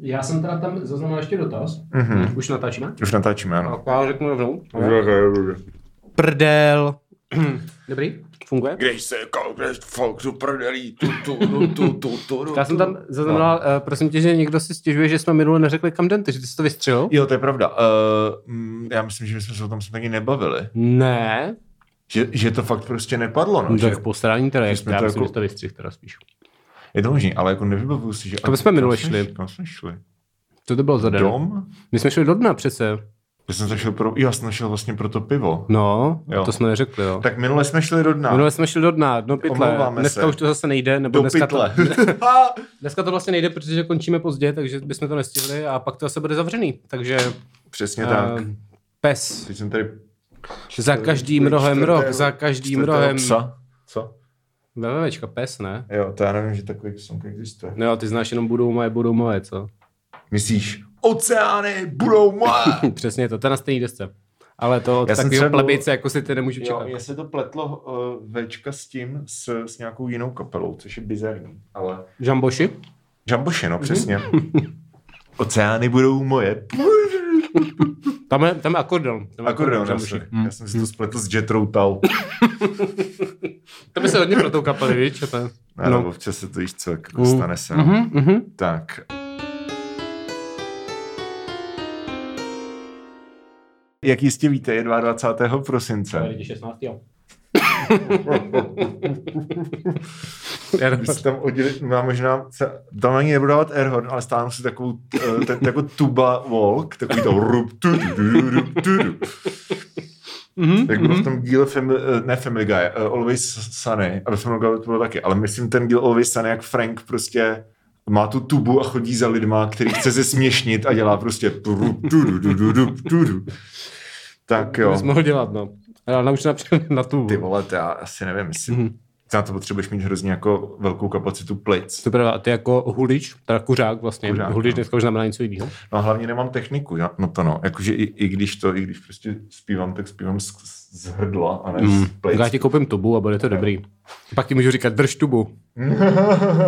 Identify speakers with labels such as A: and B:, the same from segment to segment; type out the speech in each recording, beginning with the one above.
A: Já jsem teda tam zaznamenal ještě dotaz.
B: Mhm.
A: Už natáčíme?
B: Už natáčíme, ano.
A: No, Tak já řeknu rovnou.
C: Prdel.
A: Dobrý, funguje.
B: Když se koukneš, folk tu prdelí, tu, tu, tu, tu, tu, tu, tu.
A: Já jsem tam zaznamenal, no. prosím tě, že někdo si stěžuje, že jsme minule neřekli kam jdem, takže ty jsi to vystřelil?
B: Jo, to je pravda. Uh, mm, já myslím, že my jsme se o tom taky nebavili.
A: Ne,
B: Že, že to fakt prostě nepadlo, no.
A: no
B: Že,
A: tak posrání teda, jak,
B: jsme
A: já
B: to
A: myslím,
B: jako-
A: že to vystřih teda spíš.
B: je to možný, ale jako nevybavuju si, že...
A: Kam jsme minule
B: kam
A: šli?
B: Kam jsme šli?
A: Co to bylo za den?
B: Dom?
A: My jsme šli do dna přece.
B: Já jsem zašel pro... Já jsem zašel vlastně pro to pivo.
A: No,
B: Jo.
A: to jsme neřekli, jo.
B: Tak minule jsme šli do dna.
A: Minule jsme šli do dna, do pytle.
B: Omlouváme
A: Dneska
B: se.
A: už to zase nejde, nebo
B: do
A: dneska
B: pytle.
A: To, dneska to vlastně nejde, protože končíme pozdě, takže bychom to nestihli a pak to zase bude zavřený. Takže
B: Přesně tak.
A: eh, pes
B: Teď jsem tady...
A: za každým
B: čtvrtého-
A: rohem roh, za každým
B: čtvrtého
A: rohem.
B: Psa. Co?
A: Vevečka, pes, ne?
B: Jo, to já nevím, že takový psonk existuje.
A: No jo, ty znáš jenom budou moje, budou moje, co?
B: Myslíš, oceány budou moje!
A: Přesně to, to je na stejný desce. Ale to od
B: Já jsem
A: takového
B: třeba byl-
A: plebice, jako si ty nemůžu
B: Jo,
A: čekat.
B: jestli to pletlo uh, Včka s tím, s, s nějakou jinou kapelou, což je bizarní, ale...
A: Žamboši?
B: Jamboše, no přesně. Oceány budou moje.
A: Tam je, tam je akordeon. Tam je
B: Akordeon, já,
A: Žamboši.
B: se- já jsem si to spletl s Jetrou Tal.
A: To by se hodně pro tou kapely, víš? čo to je.
B: No.
A: No.
B: Nebo občas se to již co, jako stane se. no.
A: Mhm, mhm.
B: Tak. Jak jistě víte, je 22. prosince.
A: Tady 16, jo. Já
B: Vy jste tam oddělit, já možná se, tam ani nebudu dávat airhorn, ale stánu si takovou, eh, ten, jako tuba walk, takový to rup, tu, tu, tu, rup, tu, tu. Mhm.
A: Mhm.
B: Tak bylo v tom díle family, eh, ne Family Guy, eh, Always Sunny, ale Family Guy to bylo taky, ale myslím ten díl Always Sunny, jak Frank prostě má tu tubu a chodí za lidma, který chce zesměšnit a dělá prostě tu, rup, tu, tu, tu, tu, tu, tu, tu. Tak
A: To
B: jo,
A: bys mohl dělat, no. Ale naučná na tu.
B: ty vole, to já asi nevím, jestli
A: Mhm.
B: na to potřebuješ mít hrozně jako velkou kapacitu plic.
A: Super, a ty jako hulič, teda kuřák vlastně. Kuřák,
B: Kuřák,
A: hulič
B: no.
A: dneska už znamená něco jiného.
B: No a hlavně nemám techniku, já, no to no, jakože i, i, když to, i když prostě zpívám, tak zpívám z, z hrdla a ne mm. z
A: Mhm. Tak
B: plic.
A: já ti koupím tubu a bude to dobrý. Pak ti můžu říkat, drž tubu.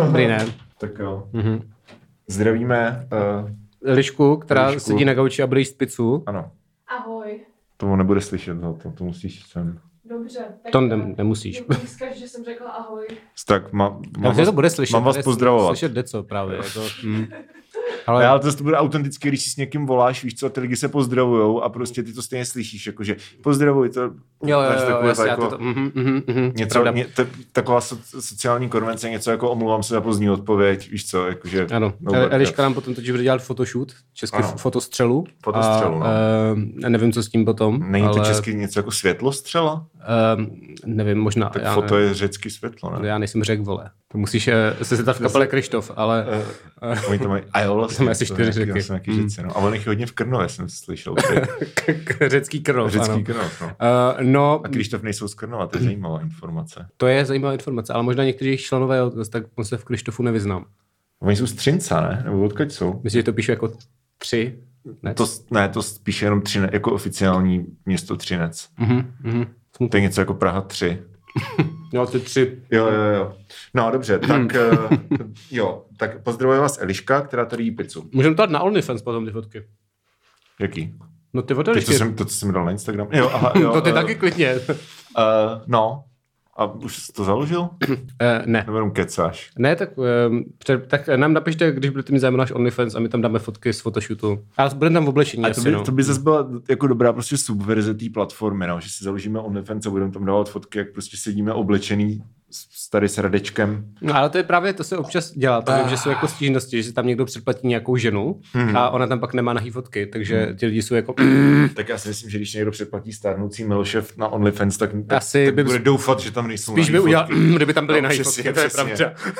A: Dobrý, ne.
B: Tak jo.
A: Mhm.
B: Zdravíme, uh,
A: Lišku, která
B: Lišku.
A: sedí na gauči a bude jíst pizzu.
B: ano,
D: Ahoj.
B: to nebude slyšet, no, to, to musíš sem.
D: Dobře. Tak
A: To ne- nemusíš.
D: Zkaž, že jsem řekla ahoj.
B: Tak má,
A: Já
B: mám,
A: myslím, že to bude slyšet.
B: mám vás
A: bude
B: pozdravovat.
A: Slyšet deco právě. Jako, mm.
B: ale...
A: Ale
B: ale to, to bude autentické, když si s někým voláš, víš co, a ty lidi se pozdravujou a prostě ty to stejně slyšíš, jakože pozdravuj to.
A: jo, jo,
B: máš
A: jo,
B: takové
A: jasně, já
B: jako-
A: to, to mhm, mhm, mhm,
B: Něco,
A: pravda.
B: ně, to, taková so, sociální konvence, něco jako omlouvám se za pozdní odpověď, víš co, jakože...
A: Ano,
B: No,
A: no,
B: Barka.
A: Eliška nám potom totiž bude dělat photoshoot, český
B: Ano.
A: ano. fotostřelu.
B: Fotostřelu,
A: a,
B: no.
A: eh, nevím, co s tím potom.
B: Není
A: ale,
B: to česky něco jako světlostřela?
A: eh, nevím, možná.
B: Tak
A: já,
B: foto je řecky světlo, ne?
A: nevím, já nejsem řek, vole. To musíš eh, se zeptat v kapele Krištof, ale
B: Uh, oni to mají, a jo, vlastně.
A: Tam asi
B: to
A: čtyři
B: nějaký-
A: řeky.
B: Tam jsou nějaký řece, no. A on jich je hodně v Krnově, jsem slyšel.
A: řecký krov.
B: Řecký
A: ano.
B: Krnov, no.
A: Eh, no,
B: A Krištof nejsou z Krnova, to je zajímavá informace.
A: to je zajímavá informace, ale možná někteří jejich členové, jo, tak moc se v Krištofu nevyznám.
B: Oni jsou z Třinca, ne? Nebo odkud jsou?
A: Myslím, že to píše jako tři. Ne?
B: To, s- ne, to spíše jenom Třinec, jako oficiální město Třinec.
A: Mhm, mhm.
B: To je něco jako Praha 3.
A: Jo, No, ty tři.
B: Jo, jo, jo. No dobře, tak eh, jo, tak pozdravuje vás Eliška, která tady jí pizzu.
A: Můžeme to dát na OnlyFans potom ty fotky.
B: Jaký?
A: No ty
B: Teď to,
A: Elišky.
B: jsem, to, co jsem dal na Instagram. Jo, aha, jo,
A: To ty
B: eh,
A: taky klidně.
B: eh, no, a už jsi to založil?
A: Eh, ne.
B: Nebo jenom kecáš?
A: Ne, tak, um, před, tak nám napište, když budete mít zájem na náš OnlyFans a my tam dáme fotky z fotoshootu. A budeme tam v oblečení
B: A to
A: asi,
B: by,
A: no.
B: to by zase byla jako dobrá prostě subverze té platformy, no? že si založíme OnlyFans a budeme tam dávat fotky, jak prostě sedíme oblečený s- s- tady s radečkem.
A: no, ale to je právě, to se občas dělá, to
B: Ah.
A: vím, že jsou jako stížnosti, že si tam někdo předplatí nějakou ženu
B: Hmm.
A: a ona tam pak nemá nahý fotky, takže ti lidi jsou jako,
B: Tak já si myslím, že když někdo předplatí stárnoucí Milošev na OnlyFans, tak, tak,
A: Asi
B: tak
A: by-
B: bude doufat, že tam nejsou
A: spíš
B: nahý
A: by
B: fotky.
A: udělal, kdyby tam byly
B: No,
A: no, nahý
B: přesně,
A: fotky, to je
B: přesně.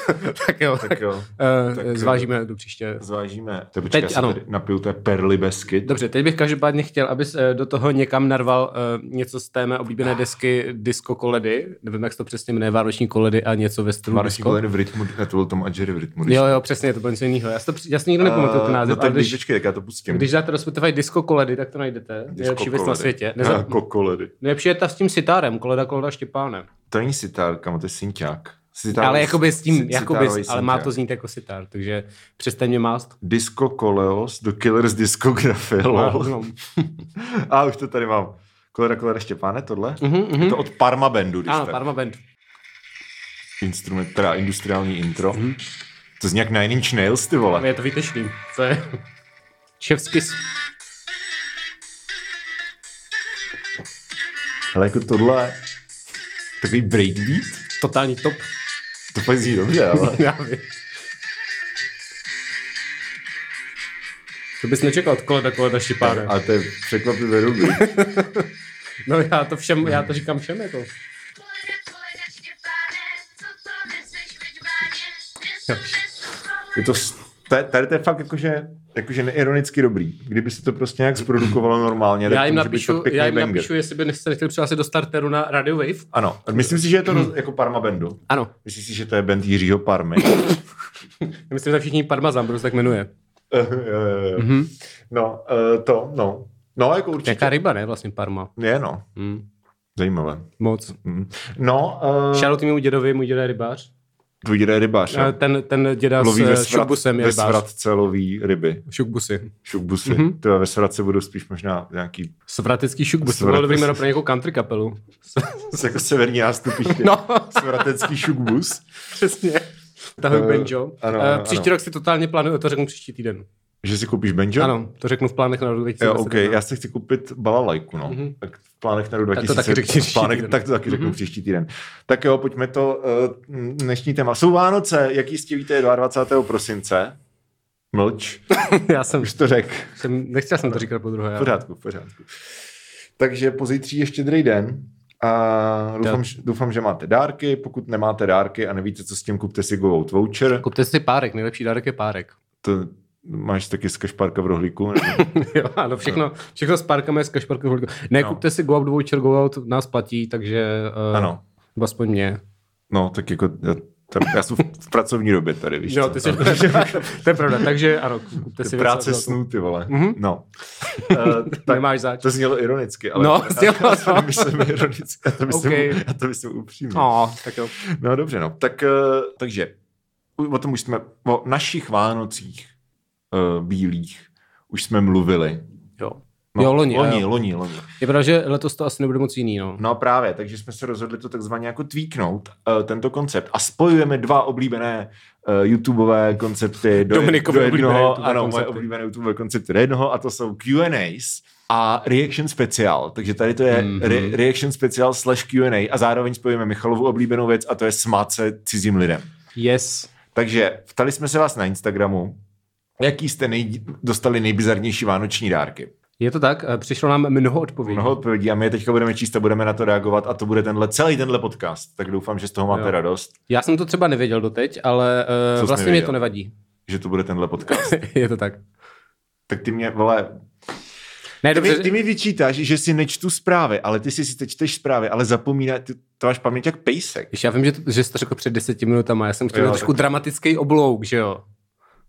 A: pravda. tak jo, tak,
B: Tak jo,
A: eh,
B: tak, eh,
A: zvážíme do příště.
B: zvážíme. To počkej,
A: Teď
B: Teď, já
A: ano.
B: ano. Tady napiju té perly besky.
A: Dobře, teď bych každopádně chtěl, abys eh, do toho někam narval eh, něco z té mé oblíbené desky Disco Koledy, nevím, jak se to přesně jmenuje, Vánoční koledy a něco ve stylu
B: Vánoční
A: disco.
B: koledy v rytmu, ne, to byl Tom a Jerry v rytmu.
A: Jo, jo, přesně, to bylo něco jiného. Já si to při- já si nikdy nepamatuju
B: Eh,
A: ten název,
B: no,
A: ale
B: tak když,
A: když,
B: počkej, tak já to pustím.
A: když dáte do Spotify disco koledy, tak to najdete. Nejlepší věc na
B: Koledy.
A: světě.
B: Ah,
A: Neza...
B: Kokoledy.
A: Nejlepší je ta s tím sitárem, koleda, koleda, štěpáne.
B: To není sitárka, to je synťák. Sitar,
A: ale jakoby s tím,
B: si-
A: jakoby,
B: sitárový
A: ale má
B: soundtrack.
A: to znít jako sitar, takže přestaň mě mást.
B: Disco Koleos, The Killers Discography, lol.
A: No.
B: A už to tady mám. Kolera, kolera, Štěpáne, tohle?
A: Mhm,
B: Je
A: mhm.
B: to od Parma Bandu, když
A: Ano,
B: tak.
A: Parma Band.
B: Instrument, teda industriální intro.
A: Mhm.
B: To zní jak Nine Inch Nails, ty vole.
A: Je to výtečný. To je ševskis.
B: Ale jako tohle, takový breakbeat,
A: Totální top.
B: to pak zní dobře, ale...
A: Já vím. To bys nečekal od koleda koleda Šipára.
B: A to je překvapivě dobrý.
A: No já to všem, já to říkám všem jako.
B: Je to, s- ta- tady to je fakt jako, jakože, jakože neironicky dobrý. Kdyby se to prostě nějak zprodukovalo normálně, tak
A: Já
B: to
A: jim
B: může být
A: napíšu,
B: fakt pěkný
A: já jim
B: banger.
A: napíšu jestli by se nechtěli přihlásit do starteru na Radio Wave.
B: Ano, myslím si, že je to roz, jako Parma Bandu.
A: Ano,
B: Myslím si, že to je band Jiřího Parmy.
A: já myslím, že všichni Parma Zambrus tak jmenuje.
B: Eh, eh, eh.
A: Mm-hmm.
B: no, eh, to, no. No, jako určitě.
A: Jaká ryba, ne, vlastně Parma.
B: Je, no.
A: Mm.
B: Zajímavé.
A: Moc.
B: Mm. No, uh,
A: Šálu tým dědovi, můj děda je rybář.
B: tvůj děda je rybář.
A: A
B: jo?
A: Ten, ten děda
B: Loví
A: Eh, s
B: ve,
A: eh,
B: svrat,
A: šukbusem je
B: ve
A: rybář.
B: svratce loví ryby.
A: Šukbusy.
B: Šukbusy.
A: Mhm.
B: Mm-hmm. Teda ve svratce budou spíš možná nějaký
A: Svratecký šukbus, to bylo
B: Svratec-
A: dobrý jméno pro nějakou country kapelu.
B: jako severní nástupiště.
A: No,
B: Svratecký šukbus.
A: přesně. Tahuj
B: Eh,
A: banjo.
B: ano,
A: Eh,
B: ano,
A: Příští
B: ano.
A: rok si totálně plánuju, to řeknu příští týden.
B: Že si koupíš banjo?
A: Ano, to řeknu v plánech na rok
B: Jo,
A: 2021.
B: OK, já si chci koupit balalajku, no.
A: Mhm.
B: Mm-hmm. Tak v plánech na rok
A: Tak to
B: 2000.
A: taky řekni příští
B: v plánech,
A: týden.
B: tak to taky řeknu
A: Mhm.
B: příští týden. Tak jo, pojďme to. Uh, dnešní téma. Jsou Vánoce, jak jistě víte, je 22. prosince. Mlč.
A: já jsem,
B: Už to řekl.
A: jsem, nechtěl jsem to říkat po druhé.
B: V
A: ale-
B: pořádku, v pořádku. Takže pozítří ještě štědrý den. A doufám, že, doufám, že máte dárky. Pokud nemáte dárky a nevíte, co s tím, kupte si Go Out Voucher.
A: Kupte si párek, nejlepší dárek je párek.
B: To máš taky z kašparka v rohlíku. nebo-
A: jo, ano, všechno, všechno s párkama je z kašparkou. holkou. Ne,
B: No.
A: kupte si go out voucher, go out nás platí, takže uh,
B: Ano.
A: nebo aspoň mě.
B: No, tak jako, já, tak já jsem v, v pracovní době tady, víš
A: Jo,
B: co?
A: ty jsi,
B: Tam-
A: to je pravda, takže ano, kupte si
B: práce
A: věci,
B: snů, ty vole.
A: Mhm.
B: No. Uh, tak
A: Nemáš zač.
B: to znělo ironicky, ale
A: No,
B: já,
A: znělo
B: já, to
A: to.
B: nemyslím ironicky, já to myslím,
A: Okej.
B: já to myslím upřímně.
A: No, tak jo.
B: No dobře, no. Tak, eh, takže u- o tom už jsme, o našich Vánocích eh, bílých už jsme mluvili.
A: Jo.
B: No,
A: jo, loni. eh,
B: loni,
A: jo.
B: loni, loni.
A: Je pravda, že letos to asi nebude moc jiný, no.
B: No a právě, takže jsme se rozhodli to takzvaně jako tweaknout, eh, tento koncept. A spojujeme dva oblíbené eh, YouTubeové koncepty do,
A: Dominikovi
B: do
A: oblíbené
B: jednoho,
A: YouTubeové
B: ano, moje
A: koncepty.
B: oblíbené YouTubeové koncepty do jednoho, a to jsou Q&As a Reaction Special. Takže tady to je
A: Mhm.
B: mm-hmm. re, Reaction Special slash Q&A a zároveň spojíme Michalovu oblíbenou věc a to je smát se cizím lidem.
A: Yes.
B: Takže ptali jsme se vás na Instagramu, jaký jste nej, dostali nejbizarnější vánoční dárky.
A: Je to tak, eh, přišlo nám mnoho odpovědí.
B: Mnoho odpovědí a my je teďka budeme číst a budeme na to reagovat a to bude tenhle, celý tenhle podcast. Tak doufám, že z toho máte
A: Jo.
B: radost,
A: Já jsem to třeba nevěděl doteď, ale
B: Co
A: uh,
B: jsi
A: vlastně mě
B: nevěděl?
A: to nevadí.
B: že to bude tenhle podcast.
A: je to tak.
B: tak ty mě, vole,
A: Ne,
B: ty mi,
A: dobře,
B: ty mi vyčítáš, že si nečtu zprávy, ale ty si si teď čteš zprávy, ale zapomíná, ty, to máš paměť jak pejsek.
A: Víš, já vím, že, to, že jsi to řekl před deseti minutama, já jsem chtěl
B: Jo,
A: jo,
B: tak-
A: trošku dramatický oblouk, že jo?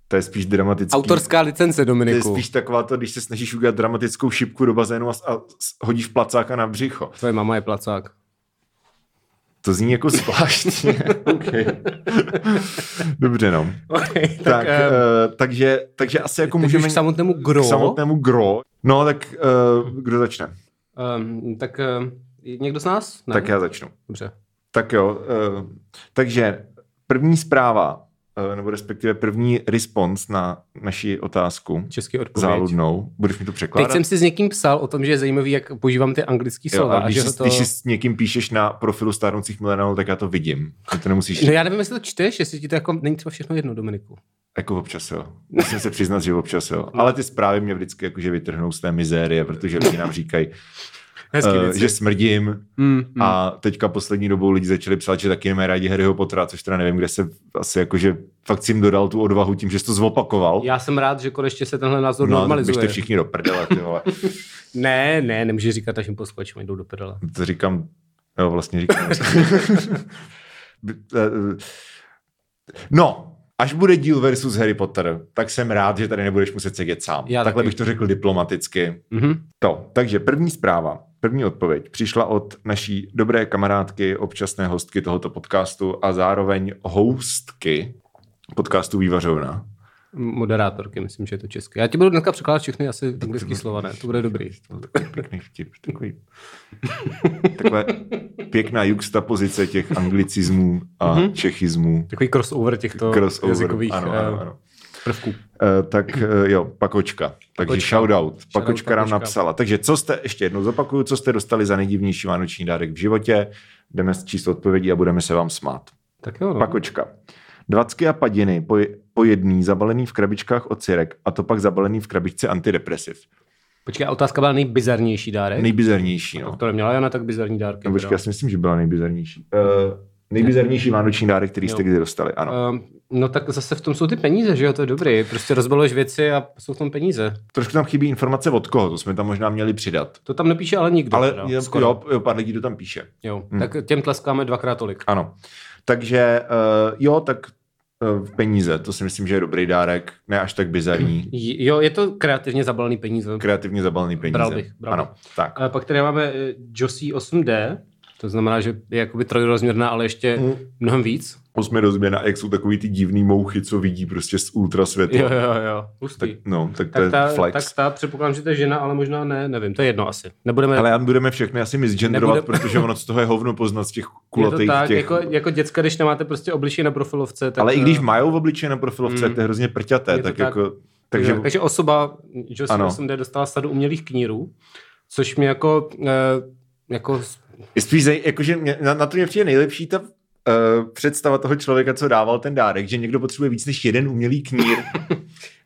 B: To je spíš dramatický.
A: Autorská licence,
B: to je
A: Dominiku.
B: spíš taková to, když se snažíš udělat dramatickou šipku do bazénu a, s- a s- hodíš placáka na břicho.
A: Tvoje mama je placák.
B: To zní jako zvláštně. okay. Dobře, no.
A: Okay,
B: Tak, tak, uh, takže, takže asi jako můžeme
A: můžeme eh, k samotnému gro.
B: k samotnému gro. No, tak uh, kdo začne? Ne?
A: Um, tak um, někdo z nás? Ne?
B: Tak já začnu.
A: Dobře.
B: Tak jo, uh, takže první zpráva, uh, nebo respektive první response na naši otázku
A: Český odpověď.
B: záludnou. Budeš mi to
A: Teď
B: překládat?
A: jsem si s někým psal o tom, že je zajímavý, jak používám ty anglické
B: jo,
A: slova.
B: a když,
A: že
B: si,
A: ho
B: to... když si s někým píšeš na profilu stárnoucích milenů, tak já to vidím. Ty to nemusíš
A: No já nevím, jestli to čteš, jestli ti to jako není třeba všechno jedno, Dominiku.
B: Jako občas jo. Musím se přiznat, že občas jo. Ale ty zprávy mě vždycky jakože vytrhnou z té mizérie, protože lidi nám říkají,
A: Hezký
B: uh,
A: věci.
B: že smrdím.
A: Mm,
B: Hmm. A teďka poslední dobou lidi začali psát, že taky nemají rádi Harryho Pottera, což teda nevím, kde se asi jakože fakt si jim dodal tu odvahu tím, že jsi to zopakoval.
A: Já jsem rád, že konečně se tenhle názor
B: no, tak
A: normalizuje.
B: běžte všichni do prdele, ty vole.
A: Ne, ne, nemůžeš říkat našim posluchačům, jdou do prdele.
B: To říkám, jo, vlastně říkám. By- eh, eh. no, až bude díl versus Harry Potter, tak jsem rád, že tady nebudeš muset sedět sám.
A: Já
B: Takhle
A: taky.
B: bych to řekl diplomaticky.
A: Mhm.
B: To, takže první zpráva. První odpověď přišla od naší dobré kamarádky, občasné hostky tohoto podcastu a zároveň hostky podcastu Vývařovna.
A: Moderátorky, myslím, že je to česky. Já ti budu dneska překládat všechny asi anglické slova, ne? To bude dobrý.
B: To byl takový pěkný vtip, takový, taková pěkná juxtapozice těch anglicismů a čechismů.
A: Takový crossover těchto
B: Crossover,
A: Mhm. jazykových
B: ano,
A: eh,
B: ano, ano.
A: prvků.
B: Eh, tak eh, jo, pakočka. Takže
A: Pakočka.
B: shoutout.
A: Shoutout
B: Pakočka nám
A: Pakočka.
B: napsala. Takže co jste, ještě jednou zopakuju, co jste dostali za nejdivnější vánoční dárek v životě. Jdeme číst odpovědi a budeme se vám smát.
A: Tak jo, no.
B: Pakočka. Dvacky a padiny po, je- po jedný zabalený v krabičkách od cirek a to pak zabalený v krabičce antidepresiv.
A: Počkej, a otázka byla nejbizarnější dárek.
B: Nejbizarnější, no.
A: To neměla Jana tak bizarní dárky.
B: No počkej, já si myslím, že byla nejbizarnější. Uh, nejbizarnější vánoční dárek, který jste
A: Jo.
B: kdy dostali, ano.
A: Um, no tak zase v tom jsou ty peníze, že jo, to je dobrý. Prostě rozbaluješ věci a jsou v tom peníze.
B: Trošku tam chybí informace od koho, to jsme tam možná měli přidat.
A: To tam nepíše ale nikdo.
B: Ale
A: teda,
B: je-
A: skoro.
B: jo, jo, pár lidí to tam píše.
A: jo.
B: Hm.
A: Tak těm tleskáme dvakrát tolik.
B: Ano. Takže uh, jo, tak uh, peníze, to si myslím, že je dobrý dárek, ne až tak bizarní.
A: J- Jo, je to kreativně zabalený peníze.
B: Kreativně zabalený peníze.
A: Bral bych, bral
B: Ano, tak.
A: A pak tady máme eh, Josie 8D, to znamená, že je jakoby trojrozměrná, ale ještě
B: Mm.
A: mnohem víc.
B: Osmi rozměna, jak jsou takový ty divný mouchy, co vidí prostě z ultrasvětla.
A: Jo, jo, jo,
B: Tak,
A: hustý.
B: no, tak, to
A: Tak
B: je
A: ta, tak
B: flex.
A: ta, předpokládám, že to je žena, ale možná ne, nevím, to je jedno asi. Nebudeme,
B: Ale já budeme všechny asi misgendrovat,
A: Nebude-
B: protože ono z toho je hovno poznat z těch
A: je to
B: kulatých
A: tak,
B: těch...
A: jako, jako děcka, když nemáte prostě obličej na profilovce, tak...
B: Ale i
A: eh,
B: když majou v obličeji na profilovce,
A: Mm.
B: to je hrozně prťaté,
A: Je to
B: tak, tak
A: tak.
B: jako...
A: Takže,
B: Takže,
A: takže osoba Josie
B: Ano.
A: 8D dostala sadu umělých knírů, což mě jako, eh, jako s-
B: spíš zaj, jakože mě, na, na to mě přijde nejlepší ta uh, představa toho člověka, co dával ten dárek, že někdo potřebuje víc než jeden umělý knír.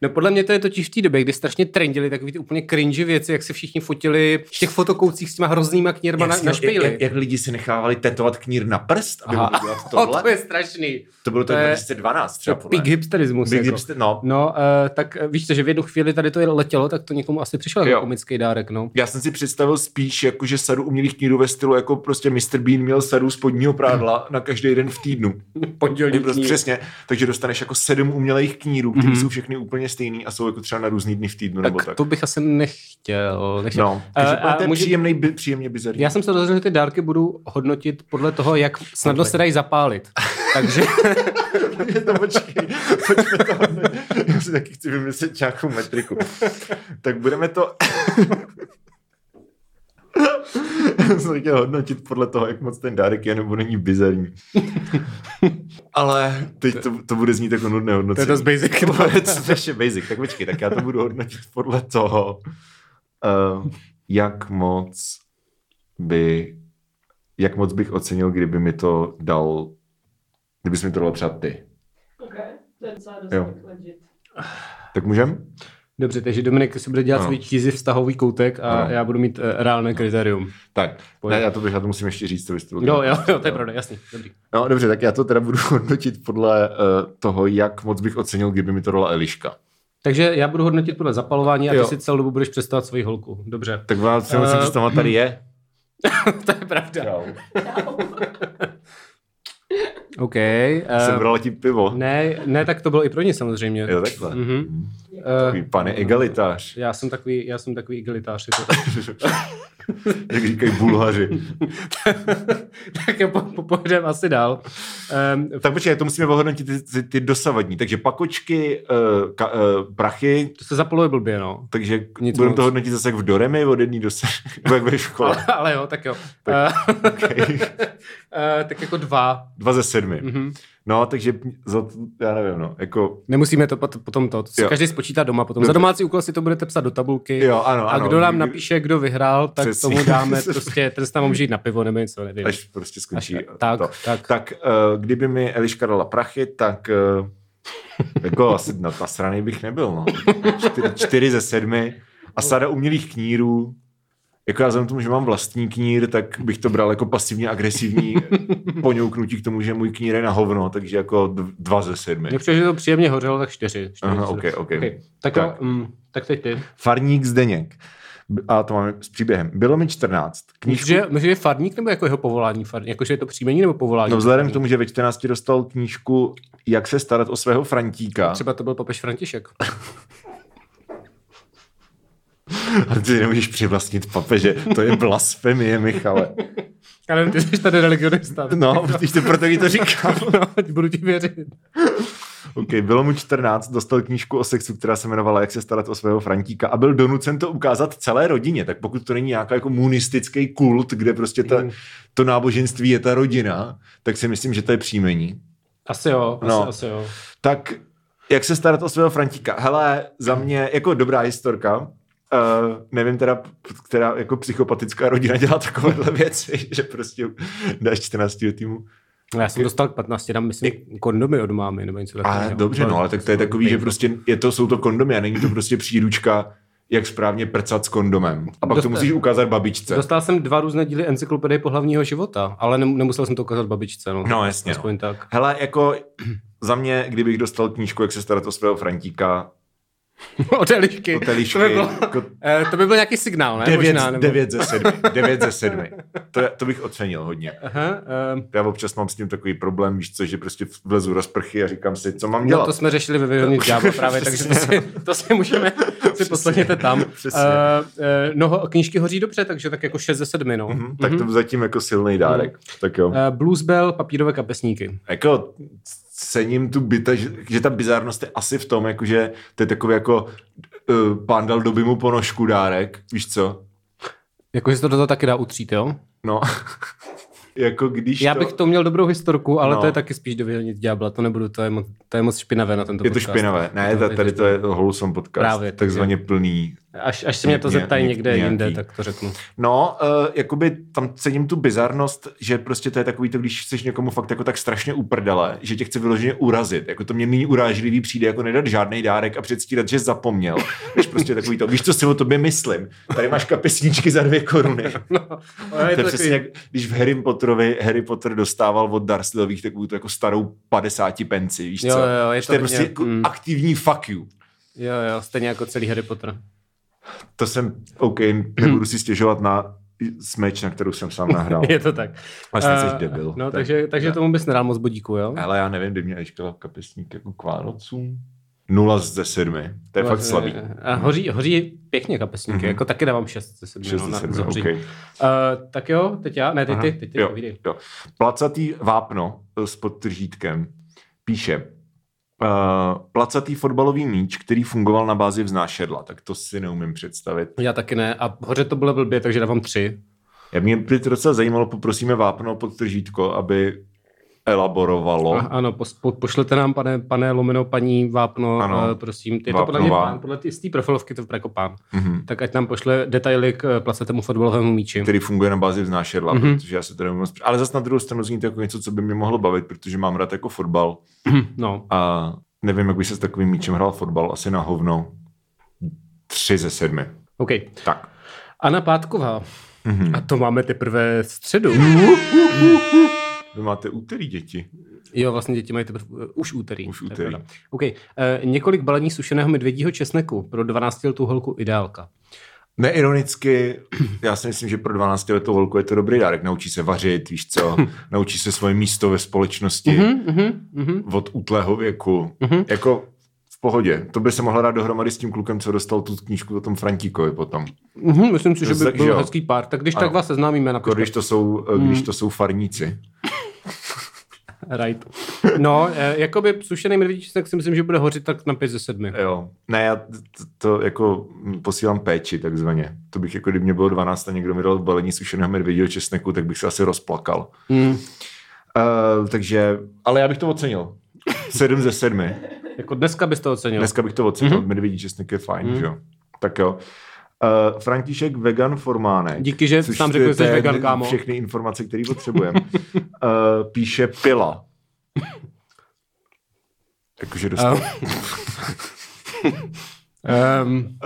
A: No podle mě to je totiž v té době, kdy strašně trendili takový ty úplně cringe věci, jak se všichni fotili v těch fotokoucích s těma hroznýma knírma na,
B: si-
A: na špejli.
B: jak, jak lidi si nechávali tetovat knír na prst, aby
A: Aha.
B: mohli dělat
A: O,
B: tohle.
A: to je strašný.
B: to bylo
A: to
B: tak
A: je-
B: 2012 třeba.
A: To je
B: podle-
A: Big hipsterismus.
B: Big
A: jako.
B: hipster, no.
A: No, uh, tak eh, víš to, že v jednu chvíli tady to letělo, tak to někomu asi přišel
B: Jo.
A: jako komický dárek, no.
B: Já jsem si představil spíš jako, že sadu umělých knírů ve stylu jako prostě Mr. Bean měl sadu spodního prádla na každý den v týdnu.
A: Pondělní
B: Oni Prostě, přesně, takže dostaneš jako sedm umělých knírů, které
A: Mhm.
B: jsou všechny úplně stejný a jsou jako třeba na různý dny v týdnu nebo
A: tak,
B: tak.
A: to bych asi nechtěl. nechtěl.
B: No, takže
A: Eh, a
B: uh, to je
A: může-
B: příjemný, bi- příjemně bizarní.
A: Já jsem se rozhodl, že ty dárky budu hodnotit podle toho, jak snadno se dají zapálit. Takže
B: Je to počkej, pojďme to hodnotit. Já si taky chci vymyslet nějakou metriku. Tak budeme to... Já jsem chtěl hodnotit podle toho, jak moc ten dárek je nebo není bizarní. Ale teď to, to bude znít jako nudné hodnocení.
A: basic.
B: To je no. strašně basic. Tak počkej, tak já to budu hodnotit podle toho, ehm, jak moc by jak moc bych ocenil, kdyby mi to dal, kdybys mi to dal třeba ty.
D: OK, to je docela dost
B: Jo.
D: legit.
B: Tak můžem?
A: Dobře, takže Dominik si bude dělat
B: Ano.
A: svůj cheesy vztahový koutek a
B: Ano.
A: já budu mít eh, reálné kritérium.
B: Tak.
A: Pojď.
B: Ne, já to bych, já to musím ještě říct, co byste
A: Jo, jo, Prostě, jo, to je pravda, jasný, dobrý.
B: No, dobře, tak já to teda budu hodnotit podle uh, toho, jak moc bych ocenil, kdyby mi to dala Eliška.
A: Takže já budu hodnotit podle zapalování a ty
B: Jo.
A: si celou dobu budeš přestávat svoji holku. Dobře.
B: Tak vám si musím
A: Eh,
B: představit, tady je.
A: to je pravda.
B: Čau.
A: OK.
B: Jsem
A: Uh,
B: brala ti pivo.
A: ne, ne, tak to bylo i pro ně samozřejmě.
B: Jo, takhle.
A: Mhm.
B: Mhm.
A: Uh,
B: Takový pane egalitář.
A: já jsem takový, já jsem takový igelitář. jako- je to-
B: Jak říkají bulhaři.
A: tak jo, po, po, pojedeme asi dál. Um,
B: Tak počkej, to musíme ohodnotit ty, ty, ty dosavadní. Takže pakočky, uh, ka, uh, prachy,
A: to se zapaluje blbě, no.
B: takže
A: Nic
B: budeme
A: moc.
B: to hodnotit zase jak v Doremi od jedný do se, nebo jak ve škole.
A: Ale jo, No. tak jo.
B: Tak.
A: Eh, eh, tak jako dva.
B: Dva ze sedmi.
A: Mhm.
B: No, takže za to, já nevím, no, jako,
A: Nemusíme to pot- potom to. to si
B: Jo.
A: každý spočítá doma potom.
B: Dobře.
A: Za domácí úkol si to budete psat do tabulky.
B: jo, ano,
A: A
B: ano.
A: kdo nám napíše, kdo vyhrál, tak
B: Přesně.
A: tomu dáme prostě, ten se tam může jít na pivo nebo něco, nevím.
B: Až prostě skončí.
A: Až- tak,
B: to.
A: tak.
B: tak uh, kdyby mi Eliška dala prachy, tak uh, jako asi na nasraný bych nebyl, no. Čtyři, čtyři ze sedmi a sada umělých knírů. Jako já vzhledem k tomu, že mám vlastní knír, tak bych to bral jako pasivně agresivní poňouknutí k tomu, že můj knír je na hovno, takže jako dv- dva ze sedmi.
A: Mně přijde, že to příjemně hořelo, tak čtyři. čtyři
B: Aha,
A: čtyři.
B: okay, okay.
A: Okay. Tak,
B: Tak.
A: tak. Mm, tak teď ty.
B: Farník Zdeněk. B- A to máme s příběhem. Bylo mi 14. Knížku... no,
A: Že, že je farník nebo jako jeho povolání farník? Jakože je to příjmení nebo povolání?
B: No vzhledem k
A: farník?
B: tomu, že ve 14 dostal knížku Jak se starat o svého Frantíka,
A: Třeba to byl papež František.
B: A ty nemůžeš přivlastnit papeže. To je blasfemie, Michale.
A: Já nevím, ty jsi tady religionista.
B: No, když to proto to říkám.
A: no, budu ti věřit.
B: OK, bylo mu 14, dostal knížku o sexu, která se jmenovala Jak se starat o svého Frantíka a byl donucen to ukázat celé rodině. Tak pokud to není nějaký jako munistický kult, kde prostě ta,
A: Mm.
B: to náboženství je ta rodina, tak si myslím, že to je příjmení.
A: Asi jo, asi,
B: No.
A: asi jo.
B: Tak jak se starat o svého Frantíka? Hele, za mě jako dobrá historka, uh, nevím teda, p- která jako psychopatická rodina dělá takovéhle věci, že prostě dáš 14 týmu.
A: No, já jsem dostal k 15, tam myslím kondomy od mámy nebo něco takového.
B: Ale dobře, no, ale tak to je takový, že prostě je to, jsou to kondomy a není to prostě příručka, jak správně prcat s kondomem. A pak to
A: Dostal-
B: musíš ukázat babičce.
A: Dostal jsem dva různé díly encyklopedie pohlavního života, ale nem- nemusel jsem to ukázat babičce. No,
B: No, jasně,
A: Aspoň tak.
B: Hele, jako za mě, kdybych dostal knížku, jak se starat o svého Frantíka,
A: Od Elišky.
B: o
A: To
B: telišky,
A: by bylo,
B: jako
A: eh, to by byl nějaký signál, ne?
B: 9,
A: Možná, nebo...
B: 9 ze 7. 9 ze 7. To, to bych ocenil hodně.
A: Aha, ehm,
B: Já občas mám s tím takový problém, víš co, že prostě vlezu do sprchy a říkám si, co mám
A: No
B: dělat.
A: to jsme řešili ve vyhodní dňába právě, takže to si, to si můžeme, si poslechněte tam.
B: Přesně.
A: Eh, eh, no ho- knížky hoří dobře, takže tak jako 6 ze 7, no.
B: Mhm, Tak to zatím jako silný dárek. Tak jo.
A: Eh, Bluesbell, papírové kapesníky.
B: jako cením tu byta, že, že ta bizarnost je asi v tom, jako že to je takový jako uh, pán dal doby mu ponožku dárek, víš co?
A: Jako, že se to do toho taky dá utřít, jo?
B: No, jako když
A: Já bych to měl dobrou historku, ale
B: No.
A: to je taky spíš do vyhodnit ďábla, to nebudu, to je moc, to je moc špinavé na tento
B: je to
A: podcast.
B: špinavé. Ne, ta- tady to je Wholesome podcast,
A: Právě,
B: Právě,
A: takže-
B: takzvaně plný.
A: Až, až se mě to
B: Ně- ně-
A: zeptají někde
B: nějaký.
A: jinde, tak to řeknu.
B: No, uh, jakoby tam cením tu bizarnost, že prostě to je takový to, když chceš někomu fakt jako tak strašně uprdele, že tě chce vyloženě urazit. Jako to mě méně urážlivý přijde, jako nedat žádný dárek a předstírat, že zapomněl. Když prostě takový to, víš, co si o tobě myslím. Tady máš kapesníčky za dvě koruny.
A: No, Ale
B: To je přesně jak, když v Harry Potterovi Harry Potter dostával od Dursleových takovou tu jako starou 50 penci, víš co?
A: Jo, jo, je
B: Že
A: to
B: to je
A: hodně,
B: prostě jako
A: mm.
B: aktivní fuck you.
A: Jo, jo, stejně jako celý Harry Potter.
B: No, To jsem, OK, nebudu si stěžovat na smeč, na kterou jsem sám nahrál.
A: Je to tak.
B: Vlastně jsi
A: Eh,
B: debil.
A: No,
B: Tak-
A: takže, takže
B: ne.
A: tomu bys nedal moc bodíku, jo?
B: Ale já nevím, kdy mě ještě kapesník jako k Vánocům. Nula ze sedmi. To je fakt slabý.
A: Vlastně- A hoří, hoří pěkně kapesníky,
B: Mhm.
A: jako taky dávám 6 ze 7.
B: Šest ze sedmi,
A: uh,
B: OK.
A: tak jo, teď já, ne, teď ty, teď ty,
B: jo,
A: povídej.
B: jo. Placatý vápno eh, s podtržítkem píše uh, placatý fotbalový míč, který fungoval na bázi vznášedla. Tak to si neumím představit.
A: Já taky ne. A hoře to bylo blbě, takže dávám 3.
B: Já mě by to docela zajímalo, poprosíme vápno podtržítko, aby elaborovalo.
A: A, ano, pos, po, pošlete nám, pane, pane Lomeno, paní Vápno,
B: Ano.
A: ano. prosím. Ty je to podle mě
B: Vápnová.
A: pán, podle ty, z té profilovky to jako pán.
B: Mhm.
A: Tak ať nám pošle detaily k eh, placetému fotbalovému míči.
B: který funguje na bázi vznášedla,
A: Mhm.
B: mm-hmm. protože já se tady moc... Ale zase na druhou stranu zní to jako něco, co by mě mohlo bavit, protože mám rád jako fotbal
A: No,
B: a nevím, jak by se s takovým míčem hrál fotbal, asi na hovno. Tři ze sedmi.
A: OK.
B: Tak.
A: Anna Pátková.
B: Mhm.
A: A to máme teprve středu.
B: Vy máte úterý děti.
A: Jo, vlastně děti mají teprve eh, už úterý.
B: Už
A: to je
B: úterý.
A: pravda. OK. Eh, několik balení sušeného medvědího česneku pro 12-letou holku ideálka.
B: Neironicky, já si myslím, že pro 12 letou holku je to dobrý dárek. Naučí se vařit, víš co, naučí se svoje místo ve společnosti
A: Mhm, mhm.
B: od útlého věku.
A: Mhm.
B: Jako v pohodě. To by se mohla dát dohromady s tím klukem, co dostal tu knížku o tom Frantíkovi potom.
A: Mhm, myslím si, že by
B: Takže
A: byl
B: jo.
A: hezký pár. Tak když
B: Ano.
A: tak vás seznámíme na
B: Jako když to jsou,
A: Mhm.
B: když to jsou farníci.
A: Right. No, eh, jakoby sušený medvědí česnek si myslím, že bude hořit tak na 5 ze 7.
B: Jo. Ne, já t- t- to jako mm, posílám péči takzvaně. To bych jako, kdyby mě bylo 12 a někdo mi dal balení sušeného medvědího česneku, tak bych se asi rozplakal.
A: Mm.
B: Uh, takže, ale já bych to ocenil. Sedm ze sedmi.
A: Jako dneska bys to ocenil.
B: Dneska bych to ocenil. Mm-hmm. Medvědí česnek je fajn, mm-hmm. že jo. Tak jo. Uh, František Vegan Formánek.
A: Díky, že
B: což
A: sám řekl,
B: to
A: že jsi
B: je
A: vegan, kámo.
B: Všechny informace, které potřebujeme. uh, píše Pila. Jakože dostal.
A: Ehm.
B: Uh.
A: Um,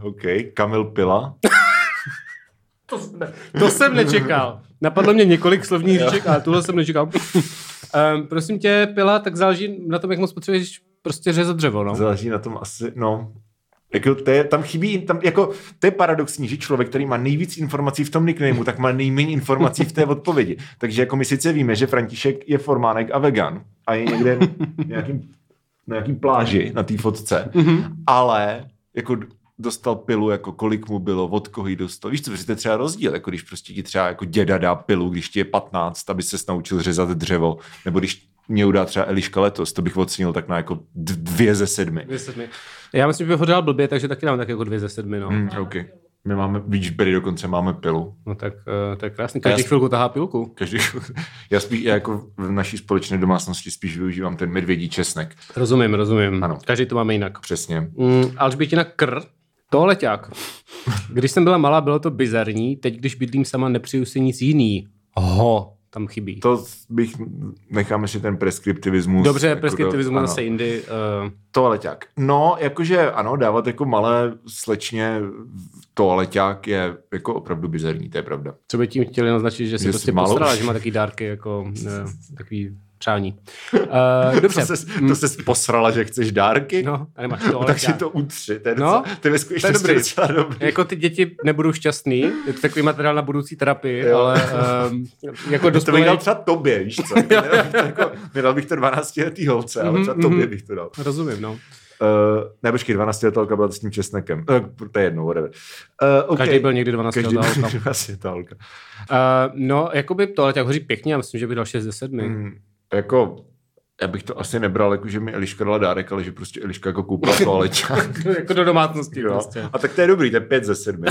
B: Uh, OK, Kamil Pila.
A: to, jsem ne, to jsem nečekal. Napadlo mě několik slovních říček, ale tuhle jsem nečekal. Um, prosím tě, pila, tak záleží na tom, jak moc potřebuješ prostě řezat dřevo, no.
B: Záleží na tom asi, no. Jako to je, tam chybí, tam, jako, to je paradoxní, že člověk, který má nejvíc informací v tom nicknameu, tak má nejméně informací v té odpovědi. Takže jako my sice víme, že František je formánek a vegan a je někde nějaký, na nějaký pláži na té fotce, ale jako dostal pilu, jako kolik mu bylo, od koho ji dostal. Víš co, protože to je třeba rozdíl, jako když prostě ti třeba jako děda dá pilu, když ti je 15, aby se naučil řezat dřevo, nebo když mě udá třeba Eliška letos, to bych ocenil tak na jako d- dvě ze sedmi.
A: Dvě sedmi. Já myslím, že bych ho dal blbě, takže taky dám tak jako dvě ze sedmi. No,
B: Hmm, OK. My máme, víš, Berry dokonce máme pilu.
A: no tak eh, to je krásný.
B: Já
A: Každý
B: si-
A: chvilku tahá pilku.
B: Každý, já spíš, já jako v naší společné domácnosti spíš využívám ten medvědí česnek.
A: Rozumím, rozumím.
B: Ano.
A: Každý to máme jinak.
B: Přesně.
A: Mm, Alžbětina Kr, toaleťák. Když jsem byla malá, bylo to bizarní, teď když bydlím sama, nepřiju si nic jiný. Ho, tam chybí.
B: To bych, necháme si ten preskriptivismus.
A: Dobře,
B: jako
A: preskriptivismus
B: do-
A: zase jindy. Uh,
B: Toaleťák. No, jakože ano, dávat jako malé slečně toaleťák je jako opravdu bizarní, to je pravda.
A: co by tím chtěli naznačit, že si
B: Že
A: že
B: jsi
A: prostě
B: malou?
A: postarala, že má taky dárky, jako eh, takový přání. Uh, dobře.
B: To se, to se posrala, že chceš dárky?
A: No, a nemáš
B: No, tak si
A: toaleťák.
B: to utři. To je,
A: No,
B: docela, to je ve skutečnosti
A: dobrý.
B: docela dobrý.
A: Jako ty děti nebudou šťastný, je to takový materiál na budoucí terapii,
B: Jo.
A: ale um, jako
B: To bych
A: dospělý,
B: dal třeba tobě, víš co? Nedal bych to jako, nedal bych to 12 letý holce, ale třeba
A: Mhm,
B: tobě
A: mhm.
B: bych to dal.
A: Rozumím, no.
B: Uh, ne, počkej, 12 letá byla s tím česnekem. Uh, to je jedno, whatever. Uh, okay.
A: Každý byl někdy 12
B: Každý
A: letá
B: byl
A: holka.
B: 12 letá holka.
A: Uh, no, jakoby toaleťák hoří pěkně, já myslím, že by dal 6 ze 7.
B: Mm, jako, já bych to asi nebral, jako, že mi Eliška dala dárek, ale že prostě Eliška jako koupila toaleťák.
A: jako do domácnosti
B: jo.
A: prostě.
B: A tak to je dobrý, to je 5 ze 7.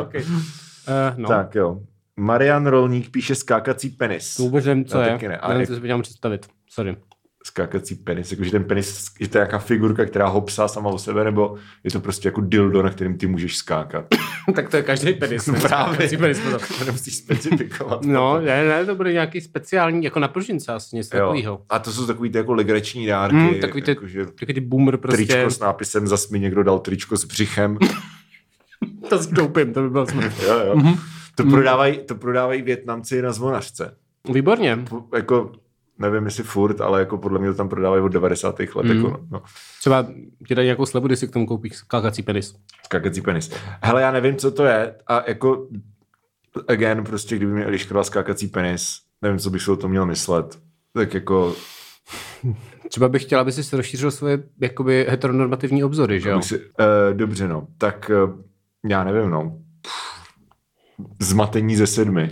A: okay. uh, no. Tak.
B: Tak jo. Marian Rolník píše skákací penis.
A: To vůbec nevím, co
B: Já
A: je.
B: taky No, ne, ale
A: Nevím,
B: jak-
A: co si dělám představit. Sorry.
B: Skákací penis, jakože ten penis, je to nějaká figurka, která hopsá sama o sebe, nebo je to prostě jako dildo, na kterým ty můžeš skákat.
A: tak to je každý penis.
B: ne? Skákací
A: penis
B: To nemusíš specifikovat.
A: no, ne, ne, to bude nějaký speciální, jako na pružince asi něco
B: jo.
A: takového.
B: A to jsou takový ty jako legrační dárky,
A: Mm, takový ty-
B: jakože
A: Takový ty boomer
B: prostě...
A: prostě.
B: tričko s nápisem, zas mi někdo dal tričko s břichem.
A: To si koupím, to by bylo smrt.
B: jo, jo.
A: Mhm.
B: To prodávají, to prodávají Větnamci na zvonařce.
A: Výborně.
B: Po- Jako, nevím jestli furt, ale jako podle mě to tam prodávají od 90. let. Mm.
A: Mm.
B: Jako, no, no,
A: Třeba ti dají nějakou slevu, když si k tomu koupíš skákací penis.
B: skákací penis. Hele, já nevím, co to je. A jako, again, prostě, kdyby mi Eliška dala skákací penis, nevím, co bych si o tom měl myslet. Tak jako,
A: Třeba bych chtěla, aby si rozšířil svoje jakoby heteronormativní obzory, že jo?
B: bych si, uh, dobře, no. Tak uh, já nevím, no. Pff, Zmatení ze sedmi.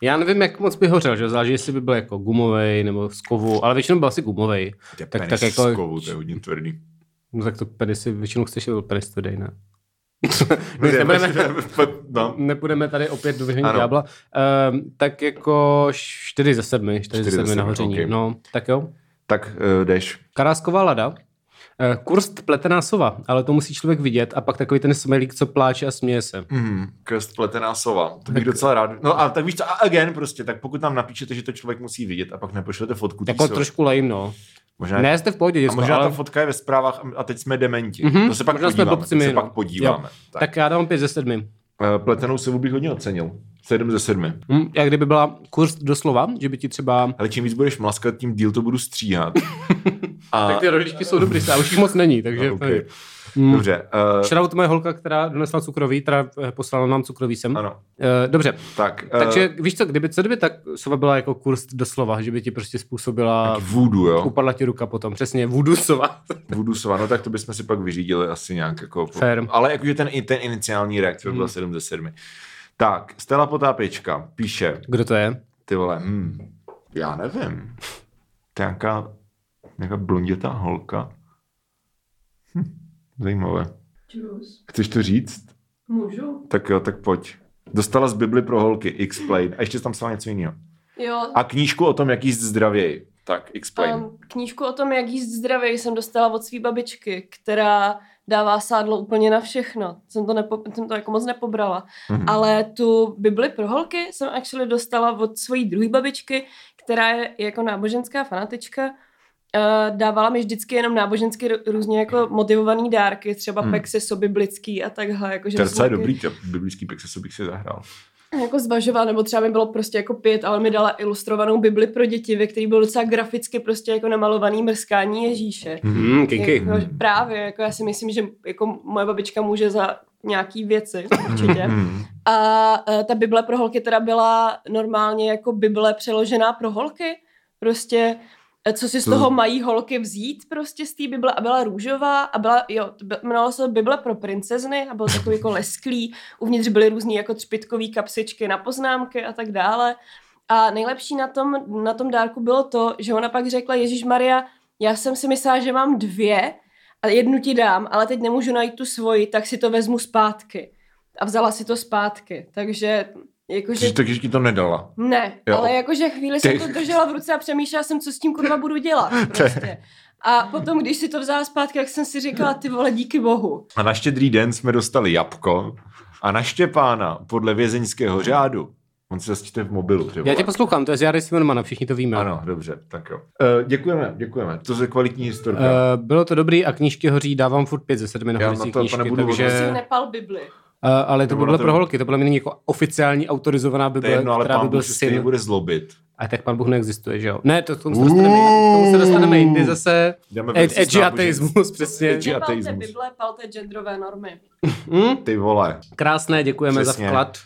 A: Já nevím, jak moc by hořel, že záleží, jestli by byl jako gumovej nebo z kovu, ale většinou byl asi gumovej.
B: tak,
A: tak
B: penis
A: jako-
B: z kovu, to je hodně tvrdý.
A: No tak to penisy, většinou chceš, aby byl penis tvrdý, ne?
B: Ne,
A: My nebudeme,
B: no,
A: nebudeme tady opět do vyhnění
B: Ano.
A: ďábla. Um, tak jako 4 ze 7, 4 ze
B: Čtyři ze
A: 7 na
B: sedmi,
A: hoření.
B: ok.
A: No, tak jo.
B: tak uh, jdeš.
A: Karásková lada. Eh, Kurst pletená sova, ale to musí člověk vidět a pak takový ten smelík, co pláče a směje se. Jako
B: Mm, krst pletená sova. To bych docela rád. No a tak víš co, a again prostě, tak pokud nám napíšete, že to člověk musí vidět a pak nepošlete fotku. té
A: Jako
B: sovy.
A: trošku lame, no.
B: možná,
A: Ne, jste v pohodě,
B: a
A: děcko,
B: možná
A: ale...
B: ta fotka je ve zprávách a teď jsme dementi.
A: Mhm,
B: To se pak
A: možná jsme
B: podíváme.
A: blbci my,
B: to se
A: no.
B: pak podíváme.
A: tak.
B: Tak.
A: tak já dám 5 ze 7.
B: Eh, Pletenou sovu bych hodně ocenil. 7 ze 7.
A: Hm, jak kdyby byla kurst doslova, že by ti třeba...
B: Ale čím víc budeš mlaskat, tím díl to budu stříhat. a,
A: Tak ty rohlíčky jsou dobrý, ale už jich moc není, takže...
B: okay.
A: Hm.
B: Dobře. Uh,
A: Shoutout moje holka, která donesla cukroví, která eh, poslala nám cukroví sem.
B: ano.
A: Eh, Dobře,
B: Tak, eh,
A: takže víš co, kdyby, co kdyby tak sova byla jako kurz doslova, že by ti prostě způsobila,
B: Voodoo, jo?
A: upadla ti ruka potom, přesně, voodoo sova.
B: Voodoo sova, no tak to bychom si pak vyřídili asi nějak jako...
A: Fair.
B: Ale jakože ten, i ten iniciální reakce byl
A: Mhm.
B: 7 ze 7. Tak, Stella Potápěčka píše,
A: Kdo to je?
B: ty vole, hmm, já nevím. To je nějaká, nějaká blondětá holka. Hm, zajímavé.
D: Čus.
B: Chceš to říct?
D: Můžu?
B: Tak jo, tak pojď. Dostala z Bibli pro holky, explain. A ještě jsi tam psala něco jiného.
D: Jo.
B: A knížku o tom, jak jíst zdravěji. Tak, explain. Um,
D: Um, knížku o tom, jak jíst zdravě, jsem dostala od své babičky, která dává sádlo úplně na všechno. Jsem to, nepo, jsem to jako moc nepobrala.
B: mhm.
D: Ale tu Bibli pro holky jsem actually dostala od svojí druhé babičky, která je jako náboženská fanatička. Eh, Dávala mi vždycky jenom nábožensky rů- různě jako motivovaný dárky, třeba
B: Hmm.
D: hmm. pexe sobiblický a takhle. Jako, že
B: To je
D: jsem
B: docela
D: taky
B: dobrý, to biblický pexesu bych si zahrál.
D: Jako zvažovala, nebo třeba mi bylo prostě jako pět, ale mi dala ilustrovanou Bibli pro děti, ve který bylo docela graficky prostě jako namalovaný mrskání Ježíše.
A: Hmm,
D: Jako, právě, jako já si myslím, že jako moje babička může za nějaký věci, určitě. Mhm.
B: Mm.
D: A eh, ta Bible pro holky teda byla normálně jako Bible přeložená pro holky. Prostě eh, co si z toho mají holky vzít prostě z té Bible a byla růžová a byla, jo, to by- jmenovalo se Bible pro princezny a bylo takový jako lesklý, uvnitř byly různý jako třpitkový kapsičky na poznámky a tak dále. A nejlepší na tom, na tom dárku bylo to, že ona pak řekla, Ježíš Maria, já jsem si myslela, že mám dvě a jednu ti dám, ale teď nemůžu najít tu svoji, tak si to vezmu zpátky. A vzala si to zpátky, takže jakože...
B: Že... Takže ti to nedala.
D: Ne,
B: Jo.
D: jo. ale jakože chvíli
B: Ty-
D: jsem to držela v ruce a přemýšlela jsem, co s tím kurva budu dělat prostě. A potom, když si to vzala zpátky, jak jsem si říkala, ty vole, díky bohu.
B: A na štědrý den jsme dostali jabko a na Štěpána podle vězeňského řádu. On si zase čte v mobilu. Ty
A: Já tě
B: vole.
A: poslouchám, to je z Jary Simonmana, všichni to víme.
B: Ano, dobře, tak jo. E, No. děkujeme, děkujeme. To je kvalitní historka.
A: Eh, bylo to dobrý a knížky hoří, dávám furt pět ze 7 na
B: Já
A: hořící
B: na to
A: knížky,
B: nebudu
A: takže...
D: Jsem nepal Bibli.
A: Eh, ale to
B: Nebo na
A: bylo
B: to-
A: pro holky, to byla není jako oficiální autorizovaná
B: To je
A: Bible,
B: jedno, ale
A: která by
B: pán
A: byl
B: Bůh se stejně
A: syn.
B: bude zlobit.
A: A tak pan Bůh neexistuje, že jo? Ne, to k tomu se dostaneme, k tomu se dostaneme jindy zase.
B: Jdeme
A: Ed-
B: versus
A: Edgy
B: náboženství.
A: ateismus, přesně.
B: Edgy- Že
D: Nepalte
B: ateismus.
D: Bible, palte genderové normy.
A: Hm?
B: Ty vole.
A: Krásné, děkujeme
B: Přesně.
A: za vklad.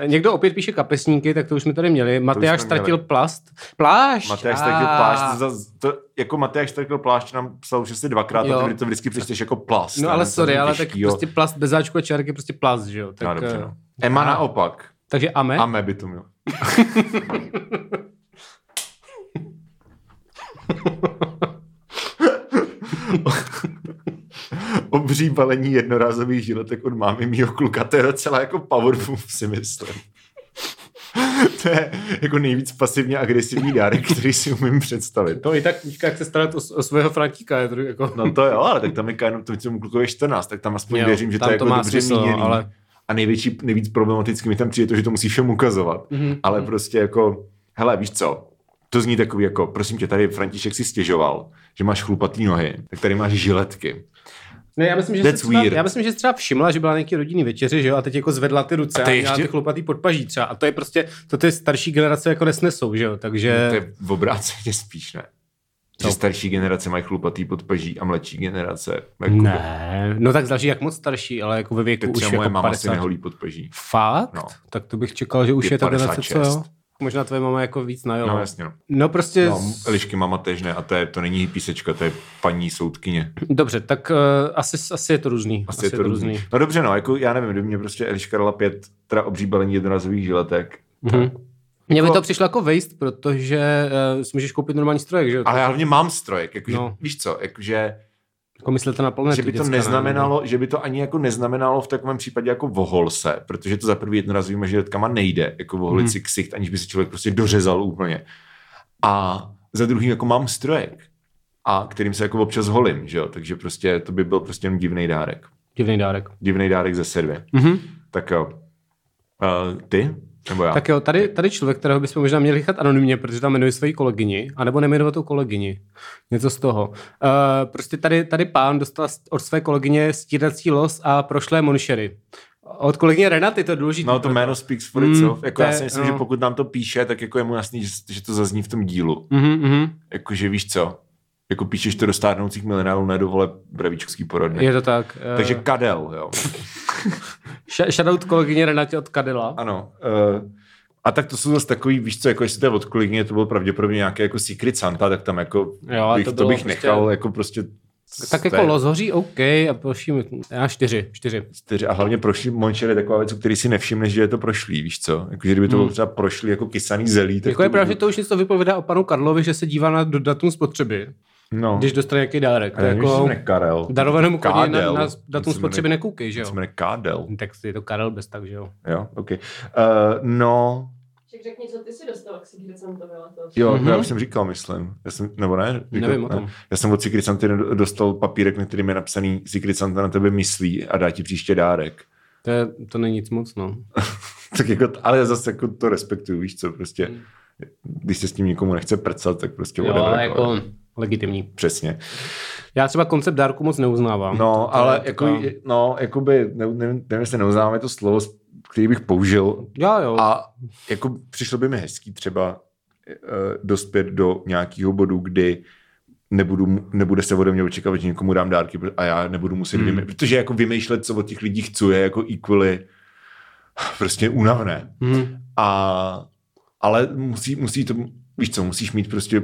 A: Eh, Někdo opět píše kapesníky, tak to už jsme tady měli. Matyáš
B: jsme měli.
A: ztratil plast. Plášť!
B: Matyáš
A: a-
B: ztratil plášť, za, to, jako Matyáš ztratil plášť nám psal už asi dvakrát,
A: Jo.
B: a ty to vždycky přečteš jako plast.
A: No
B: ne?
A: ale
B: To je
A: sorry, ale tak
B: těžkýho.
A: prostě plast bez záčku a čárky je prostě plast, že jo?
B: No,
A: Tak,
B: dobře,
A: eh,
B: no. Emma naopak.
A: Takže ame.
B: Ame by to měl. Obří balení jednorázových žiletek od mámy mýho kluka, to je docela jako powerful, si myslím. to je jako nejvíc pasivně agresivní dárek, který si umím představit.
A: To i tak knížka, jak se starat o, o svého Frantíka, je to jako...
B: No to jo, ale tak tam je jenom to, tomu klukovi je 14, tak tam aspoň
A: Jo,
B: věřím, že to
A: tam
B: je
A: to
B: jako
A: má
B: dobře
A: smysl, no,
B: míněný.
A: ale-
B: A největší, nejvíc problematický mi tam přijde to, že to musí všem ukazovat.
A: Mhm,
B: Mm-hmm. Ale prostě jako, hele, víš co, to zní takový jako, prosím tě, tady František si stěžoval, že máš chlupatý nohy, tak tady máš žiletky.
A: Ne, já myslím, že
B: That's
A: si třeba,
B: weird.
A: já myslím, že si třeba všimla, že byla na nějaký rodinný večeři, že jo, a teď jako zvedla ty ruce a,
B: to
A: a
B: je
A: měla
B: ještě-
A: ty chlupatý podpaží třeba. A to je prostě, to ty starší generace jako nesnesou, že jo, takže...
B: No, To je v obráceně spíš, ne? Že
A: No.
B: starší generace mají chlupatý podpaží a mladší generace. Jako,
A: Ne, no tak záleží jak moc starší, ale jako ve věku
B: Teď
A: už
B: třeba moje
A: jako
B: máma
A: 50.
B: si neholí podpaží.
A: Fakt?
B: No.
A: No. Tak to bych čekal, že už
B: Je
A: je, ta generace, co
B: 56.
A: jo? Možná tvoje mama jako víc na jo.
B: No jasně, no.
A: no prostě,
B: No, Elišky mama tež ne, a to, je, to není písečka, to je paní soudkyně.
A: dobře, tak uh, asi, asi je to různý.
B: Asi, je to různý. různý. No dobře, no, jako já nevím, do mě prostě Eliška dala pět, teda obří balení jednorázových žiletek.
A: Mhm. Mně by
B: Jako-
A: to přišlo jako waste, protože uh, si můžeš koupit normální strojek, že jo?
B: Ale já hlavně mám strojek, jakože, no.
A: No.
B: víš co, jakože,
A: Jako myslete na planetu.
B: že by to
A: děcka, ne?
B: neznamenalo, že by to ani jako neznamenalo v takovém případě jako voholse, protože to za prvý jednorázovými žiletkama nejde, jako voholit
A: Mhm.
B: si ksicht, aniž by si člověk prostě dořezal úplně. A za druhý jako mám strojek, a kterým se jako občas holím, že jo, takže prostě to by byl prostě jen divný dárek.
A: Divný dárek.
B: Divný dárek ze servy.
A: Mhm.
B: Tak jo. Uh, ty? Nebo já?
A: Tak jo, tady, tady člověk, kterého bychom možná měli nechat anonymně, protože tam jmenuje svoji kolegyni, anebo nejmenovat tu kolegyni. Něco z toho. Uh, prostě tady, tady pán dostal s- od své kolegyně stírací los a prošlé monšery. Od kolegyně Renaty, to je důležité.
B: No to jméno speaks for
A: Mm,
B: itself. Jako
A: to
B: já
A: je-
B: si myslím,
A: no.
B: že pokud nám to píše, tak jako je mu jasný, že, že to zazní v tom dílu.
A: Mm-hmm, mm-hmm.
B: Jakože víš co, jako píšeš to do stárnoucích milenárů, ne do vole bravíčkovský porodny.
A: Je to tak. Uh,
B: Takže kadel, jo.
A: ša- shoutout kolegyně Renatě od Kadela.
B: Ano. Uh, a tak to jsou zase takový, víš co, jako jestli to je od kolegyně, to bylo pravděpodobně nějaké jako Secret Santa, tak tam jako
A: Jo,
B: bych, to,
A: to bylo
B: bych
A: prostě-
B: nechal jako prostě
A: Tak
B: to
A: jako
B: je
A: los hoří, OK, a proším, já čtyři, čtyři.
B: čtyři, a hlavně prošli Mončer je taková věc, o který si nevšimneš, že je to prošlý, víš co? Jako, že kdyby to bylo třeba prošlý jako kysaný zelí, tak
A: Hmm. Jako je
B: by-
A: pravda, že to už něco vypovídá o panu Karlovi, že se dívá na do- datum spotřeby,
B: no.
A: když dostane nějaký dárek.
B: A
A: To
B: já
A: je
B: nevím, jako...
A: jako
B: že se Karel.
A: darovanému koni na,
B: Kádel.
A: na
B: On se
A: datum
B: jmenuje-
A: spotřeby nekoukej, že
B: on
A: jo?
B: Se jmenuje Kádel.
A: Tak je to Karel bez tak, že jo?
B: Jo, OK. Uh, no,
D: Však řekni, co ty si dostal, jak si když jsem to byla to.
B: jo, mm-hmm.
A: Mhm.
B: já už jsem říkal, myslím. Já jsem, nebo ne? Říkal,
A: Nevím o
B: ne.
A: tom.
B: Já jsem od Secret Santa dostal papírek, na kterým je napsaný Secret Santa na tebe myslí a dá ti příště dárek.
A: To, je, to není nic moc, no.
B: tak jako, t- ale zase jako to respektuju, víš co, prostě, když se s tím nikomu nechce prcat, tak prostě
A: Hmm. Jo,
B: whatever,
A: ale jako legitimní.
B: Přesně.
A: Já třeba koncept dárku moc neuznávám.
B: No, ale
A: taková-
B: jako, je- no, jakoby, ne, nevím, nevím, jestli neuznáme to slovo, který bych použil,
A: Jo, jo. A...
B: A jako přišlo by mi hezký třeba eh, dospět do nějakého bodu, kdy nebudu, nebude se ode mě očekávat, že někomu dám dárky a já nebudu muset hmm. vymýšlet, protože jako vymýšlet, co od těch lidí chci, je jako equally prostě únavné.
A: Mhm.
B: A, ale musí, musí to, víš co, musíš mít prostě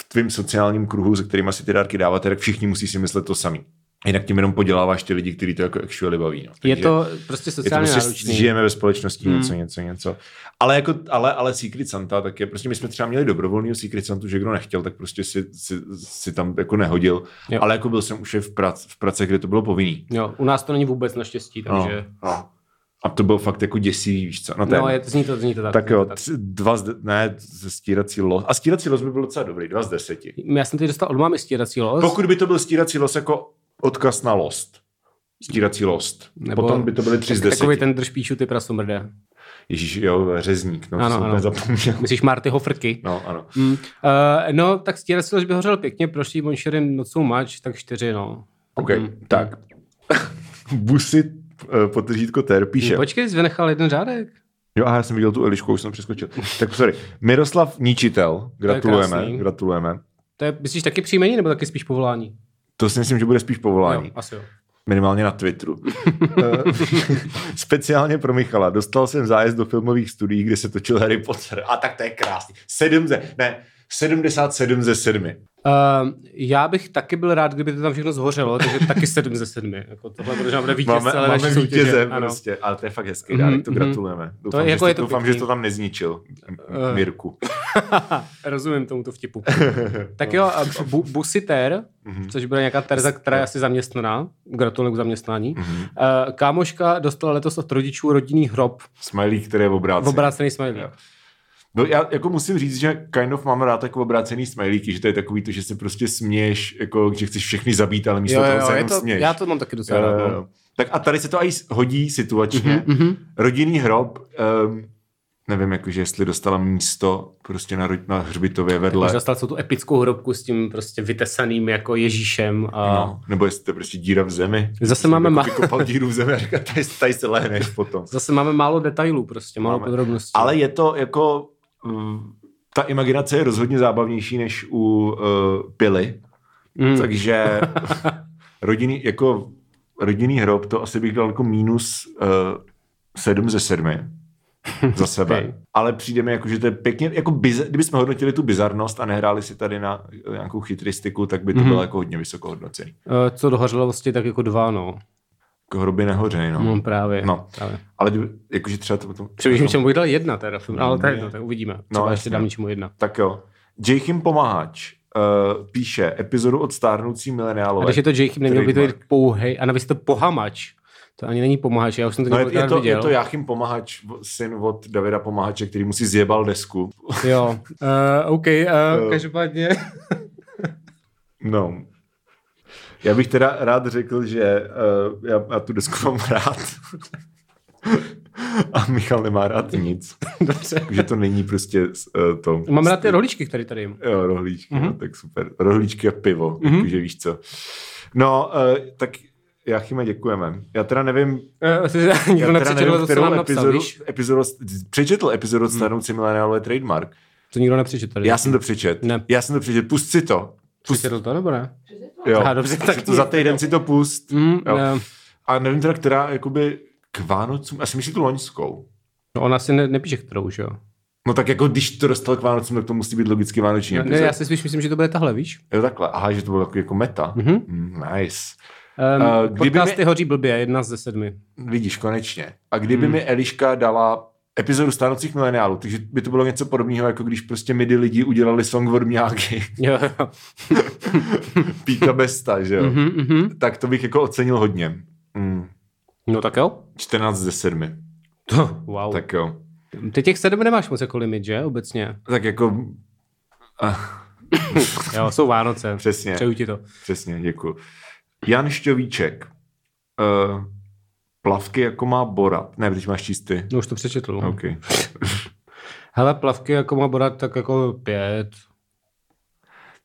B: v tvém sociálním kruhu, se kterými si ty dárky dáváte, tak všichni musí si myslet to samý. Jinak tím jenom poděláváš ty lidi, kteří to jako actually baví. No.
A: Je to prostě
B: je to
A: sociálně
B: prostě,
A: náročný.
B: žijeme ve společnosti
A: Hmm.
B: něco, něco, něco. Ale, jako, ale, ale Secret Santa, tak je, prostě my jsme třeba měli dobrovolného Secret Santu, že kdo nechtěl, tak prostě si, si, si tam jako nehodil.
A: Jo.
B: Jo. Ale jako byl jsem už i v, prac, v prace, kde to bylo povinný.
A: Jo, u nás to není vůbec naštěstí, takže...
B: No, no. A to bylo fakt jako děsivý, víš co? No, to
A: No,
B: je,
A: no je, zní to, zní to tak.
B: tak
A: zní to
B: jo, tři, dva z, de- ne, ze stírací los. A stírací los by byl docela dobrý, dva z deseti.
A: Já jsem teď dostal od mámy stírací los.
B: Pokud by to byl stírací los jako odkaz na lost. Stírací lost.
A: Nebo-
B: Nebo Potom by to byly tři z
A: tak, takový
B: deseti. Ten...
A: ten držpíču ty prasomrde.
B: Ježíš, jo, řezník, no,
A: Ano,
B: ano, jsem
A: ano.
B: úplně zapomněl.
A: Myslíš Martyho frky?
B: No, ano.
A: Mm. Uh, no, tak stírací los by hořel pěkně, prošli Bonšerin nocou mač, tak čtyři, no.
B: OK,
A: Mm.
B: tak. Busy eh, potržítko ter píše.
A: Počkej, jsi vynechal jeden řádek.
B: Jo, aha, já jsem viděl tu Elišku, už jsem přeskočil. Tak sorry. Miroslav Ničitel,
A: krásný.
B: gratulujeme, gratulujeme.
A: To je, myslíš, taky příjmení, nebo taky spíš povolání?
B: To si myslím, že bude spíš povolání.
A: Jo, asi jo.
B: Minimálně na Twitteru. Eh, Speciálně pro Michala. Dostal jsem zájezd do filmových studií, kde se točil Harry Potter. A tak to je krásný. Sedm ze, ne, 77 ze sedmi.
A: Uh, já bych taky byl rád, kdyby to tam všechno zhořelo, takže taky 7 ze 7. Jako tohle bude, že bude vítěz
B: Máme,
A: celé
B: máme
A: naší soutěže.
B: vítěze
A: Ano.
B: prostě, ale to je fakt hezký
A: Mhm,
B: dárek, to
A: mhm.
B: gratulujeme. Doufám,
A: je
B: že,
A: jako
B: jste-
A: je to
B: doufám
A: pěkný.
B: že to tam nezničil, M-
A: Eh.
B: Mirku.
A: Rozumím tomuto vtipu. tak jo, a bu, busiter,
B: Mhm.
A: což bude nějaká Terza, která je asi zaměstnaná. Gratuluju k zaměstnání.
B: Mhm.
A: Uh, kámoška dostala letos od rodičů rodinný hrob.
B: Smiley, které je
A: V
B: obrácený.
A: obrácený smiley.
B: Jo. No, já jako musím říct, že kind of mám rád takové obrácený smajlíky, že to je takový to, že se prostě směješ, jako, že chceš všechny zabít, ale místo toho se
A: je
B: jenom
A: to,
B: směješ.
A: já to mám taky docela
B: Jo,
A: rád.
B: jo,
A: no. Mhm,
B: jo. Tak a tady se to i s- hodí situačně. Rodinný hrob, um, nevím, jakože jestli dostala místo prostě na, ro- na hřbitově vedle.
A: Už dostal jsou tu epickou hrobku s tím prostě vytesaným jako Ježíšem. A...
B: No, nebo jestli to je prostě díra v zemi.
A: Zase máme
B: Jako
A: ma-
B: vykopal díru v zemi a říká, tady, tady se lehneš potom.
A: Zase máme málo detailů prostě, málo
B: Máme.
A: podrobností.
B: Ale je to jako... mm, Ta imaginace je rozhodně zábavnější než u uh, Pily.
A: Mm.
B: Hmm. Takže rodinný, jako rodinný hrob, to asi bych dal jako minus uh, 7 ze 7 za sebe.
A: Okay.
B: okay. Ale přijde mi jako, že to je pěkně, jako biz, kdybychom hodnotili tu bizarnost a nehráli si tady na eh, nějakou chytristiku, tak by to
A: Mhm.
B: mm-hmm. bylo jako hodně vysoko hodnocený.
A: Eh, Co do hořlavosti, tak jako dva, no.
B: Jako hroby nehořej, no.
A: No právě.
B: No.
A: právě.
B: Ale kdyby, jakože třeba to potom...
A: Přemýšlím, čemu bych dal jedna teda, film, ale to je
B: No, Ne. No,
A: jedno, tak uvidíme. Třeba ještě
B: jasně.
A: dám něčemu jedna.
B: Tak jo. Jachim Pomahač uh, píše epizodu od stárnoucí
A: A
B: mileniálové.
A: když je to Jacob, neměl by to být
B: Trademark.
A: pouhej, a navíc to pohamač. To ani není pomahač, já už jsem to
B: No je, je,
A: několikrát
B: to, je
A: viděl.
B: to Jáchym Pomahač, v- syn od Davida Pomahače, který mu si zjebal desku.
A: Jo, uh, OK, uh,
B: Jo.
A: každopádně.
B: No. Já bych teda rád řekl, že uh, já, já tu desku mám rád. A Michal nemá rád nic.
A: Dobře.
B: Že to není prostě uh, to...
A: Mám rád ty roličky, které tady jim.
B: Jo, rohlíčky,
A: Mhm.
B: mm-hmm. no, tak super. Rohlíčky a pivo,
A: Mhm.
B: mm-hmm. takže víš co. No, uh, tak Jáchyme děkujeme. Já teda nevím,
A: Uh,
B: já
A: nikdo
B: teda
A: nepřečetl
B: nevím
A: to, co nám napsal,
B: epizodu,
A: víš? Hmm.
B: epizodu, přečetl epizodu od Starnoucí mileniálové trademark.
A: To nikdo nepřečetl.
B: Já jsem to přečet.
A: Ne.
B: Já jsem to přečet. Pust si to. Pust,
A: Přečetl to, nebo ne?
B: jo.
A: Aha, dobře, tak
B: to za týden si to pust.
A: Mm,
B: Jo.
A: eh,
B: A nevím teda, která jakoby k Vánocům, asi myslí tu loňskou.
A: no, ona si ne, nepíše, kterou, že jo?
B: No tak jako když to dostal k Vánocům, tak to musí být logicky Vánoční
A: Ne,
B: epizod.
A: já si spíš myslím, že to bude tahle, víš?
B: Jo takhle, aha, že to bylo jako, jako meta.
A: Mhm.
B: Mm, nice.
A: Um,
B: Eh,
A: uh,
B: kdyby
A: podcasty
B: mi-
A: hoří blbě, jedna ze sedmi.
B: Vidíš, konečně. A kdyby
A: Hmm.
B: mi Eliška dala epizodu Stánocích mileniálů, takže by to bylo něco podobného, jako když prostě midi lidi udělali song od Mňáky,
A: Jo, jo.
B: Píka Besta, že jo.
A: Mhm, mhm.
B: Tak to bych jako ocenil hodně. Mm.
A: No tak jo.
B: 14 ze 7.
A: To, wow. Tak.
B: Tak jo.
A: Ty těch sedm nemáš moc jako limit, že? Obecně.
B: Tak jako... Ah,
A: Jo, jsou Vánoce.
B: přesně,
A: Přeju ti to.
B: přesně, děkuji. Jan Šťovíček. Uh, plavky jako má Bora. Ne, teď máš číst ty.
A: No už to přečetl.
B: OK.
A: Hele, plavky jako má bodat tak jako pět.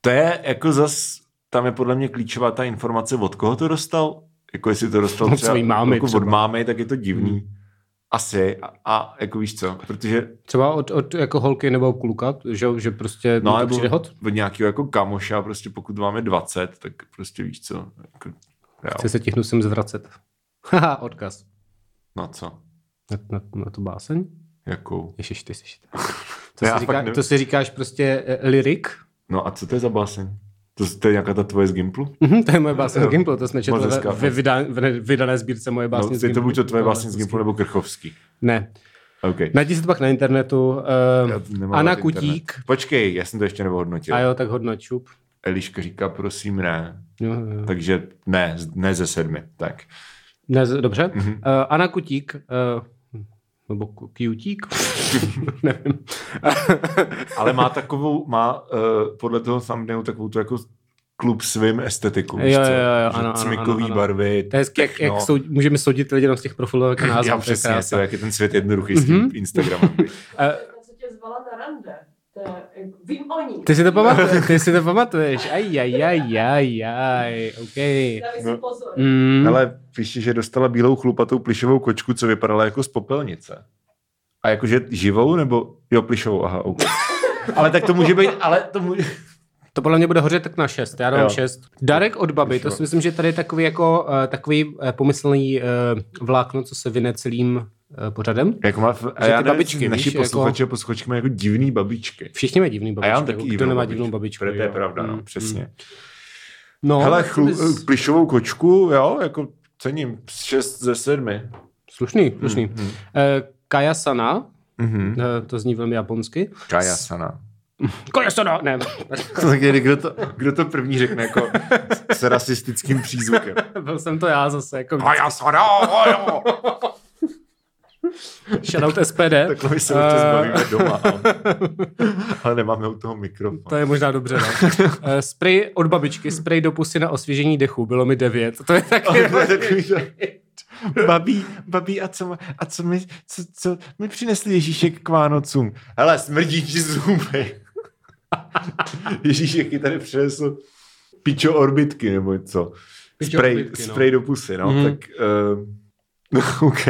B: To je jako zas, tam je podle mě klíčová ta informace, od koho to dostal. Jako jestli to dostal
A: Od
B: třeba,
A: své mámy
B: jako od
A: třeba. Hmm.
B: mámy, tak je to divný. Asi. A, a jako víš co, protože
A: Třeba od, od jako holky nebo kluka, že, jo, že prostě
B: no,
A: no, to
B: nebo
A: přijde hot.
B: od nějakého jako kamoša, prostě pokud máme 20, tak prostě víš co, jako,
A: Chci
B: jo,
A: se tihnu sem zvracet. Haha, odkaz.
B: na co,
A: Na, na, na to báseň?
B: jakou.
A: Ježiš, ty jsi. To,
B: Já
A: si
B: fakt
A: říká,
B: nevím.
A: to si říkáš prostě eh, lyrik?
B: No a co to je za báseň? To, to je nějaká ta tvoje z Gimplu? No,
A: Mhm, to je moje básně z
B: Jo.
A: Gimplu, to jsme četli
B: Moc
A: ve,
B: hezká
A: ve, vydá- ve vydané sbírce moje
B: No,
A: básně z
B: je to
A: Gimplu.
B: buď to tvoje
A: No,
B: básně z Gimplu nebo Krchovský.
A: Ne,
B: OK.
A: najdi si to pak na internetu.
B: Já
A: Uh,
B: nemám
A: Anna
B: rád internet.
A: Kutík.
B: Počkej, já jsem to ještě neohodnotil.
A: A jo, tak hodno čup.
B: Eliška říká, prosím, ne.
A: Jo, jo, jo.
B: Takže ne, ne ze sedmi. Tak.
A: Ne, z- dobře.
B: Mhm.
A: Mm-hmm. Uh, Anna Kutík, uh, nebo Ku- Kutík, nevím.
B: Ale má takovou, má uh, podle toho thumbnailu takovou tu jako klub svým estetiku. víš
A: Jo,
B: co?
A: jo, jo, ano,
B: Že
A: ano,
B: Cmikový
A: ano, ano.
B: barvy.
A: To je hezky, jak, jak
B: techno.
A: soud, můžeme soudit lidi jenom z těch profilových jak názvů.
B: no. Já
A: to je
B: přesně,
A: krása.
B: to, jak je ten svět jednoduchý s tím
A: Mhm.
B: Instagramem. viď?
A: Eh,
D: Já se tě zvala na rande. To je, jako, vím o ní.
A: Ty si to pamatuješ, ty si to pamatuješ. Aj, aj, aj, aj, aj, OK.
D: Dávej
B: No.
D: si pozor.
A: Mm.
B: Ale píše, že dostala bílou chlupatou plišovou kočku, co vypadala jako z popelnice. A jakože živou nebo jo, plišovou, aha, okay. Ale tak to může být, ale to může...
A: To podle mě bude hořet tak na 6, já
B: Jo.
A: dám 6. Darek od baby, to si myslím, že tady je takový, jako, eh, takový eh, pomyslný eh, vlákno, co se vyne celým eh, pořadem.
B: Jako má, a
A: Že
B: já
A: ty
B: nevím,
A: babičky,
B: babičky, naši
A: víš,
B: jako... posluchači a posluchačky mají jako divný babičky.
A: Všichni mají divný
B: A
A: babičku.
B: já mám taky
A: Kdo nemá divnou babičku?
B: To je
A: jo.
B: pravda, no,
A: Mm,
B: přesně.
A: mm. No,
B: Hele,
A: tak
B: chlu,
A: bys-
B: plišovou kočku, jo, jako cením 6 ze 7.
A: Slušný, slušný.
B: Mm, mm.
A: Eh, Kayasana,
B: Mhm.
A: eh, to zní velmi japonsky.
B: Kaya Sana.
A: Kayasana, ne.
B: Tak někdy, kdo to, kdo to první řekne jako s- s rasistickým přízvukem.
A: Byl jsem to já zase, jako
B: Kaya Sana, jo.
A: shoutout SPD.
B: Takhle my se
A: Eh,
B: určitě zbavíme doma. ale- Ale nemáme u toho mikrofon.
A: To je možná dobře, no. Eh, Spray od babičky, spray do pusy na osvěžení dechu, bylo mi 9. To je taky...
B: To je takový, že- Babí, babí, a co, ma- a co mi, co, co mi přinesli Ježíšek k Vánocům? Hele, smrdí ti zuby. Ježíšek ji tady přinesl pičo orbitky, nebo co?
A: Pičo
B: spray,
A: orbitky, no.
B: spray do pusy, no,
A: Mhm.
B: tak... Uh, no, OK.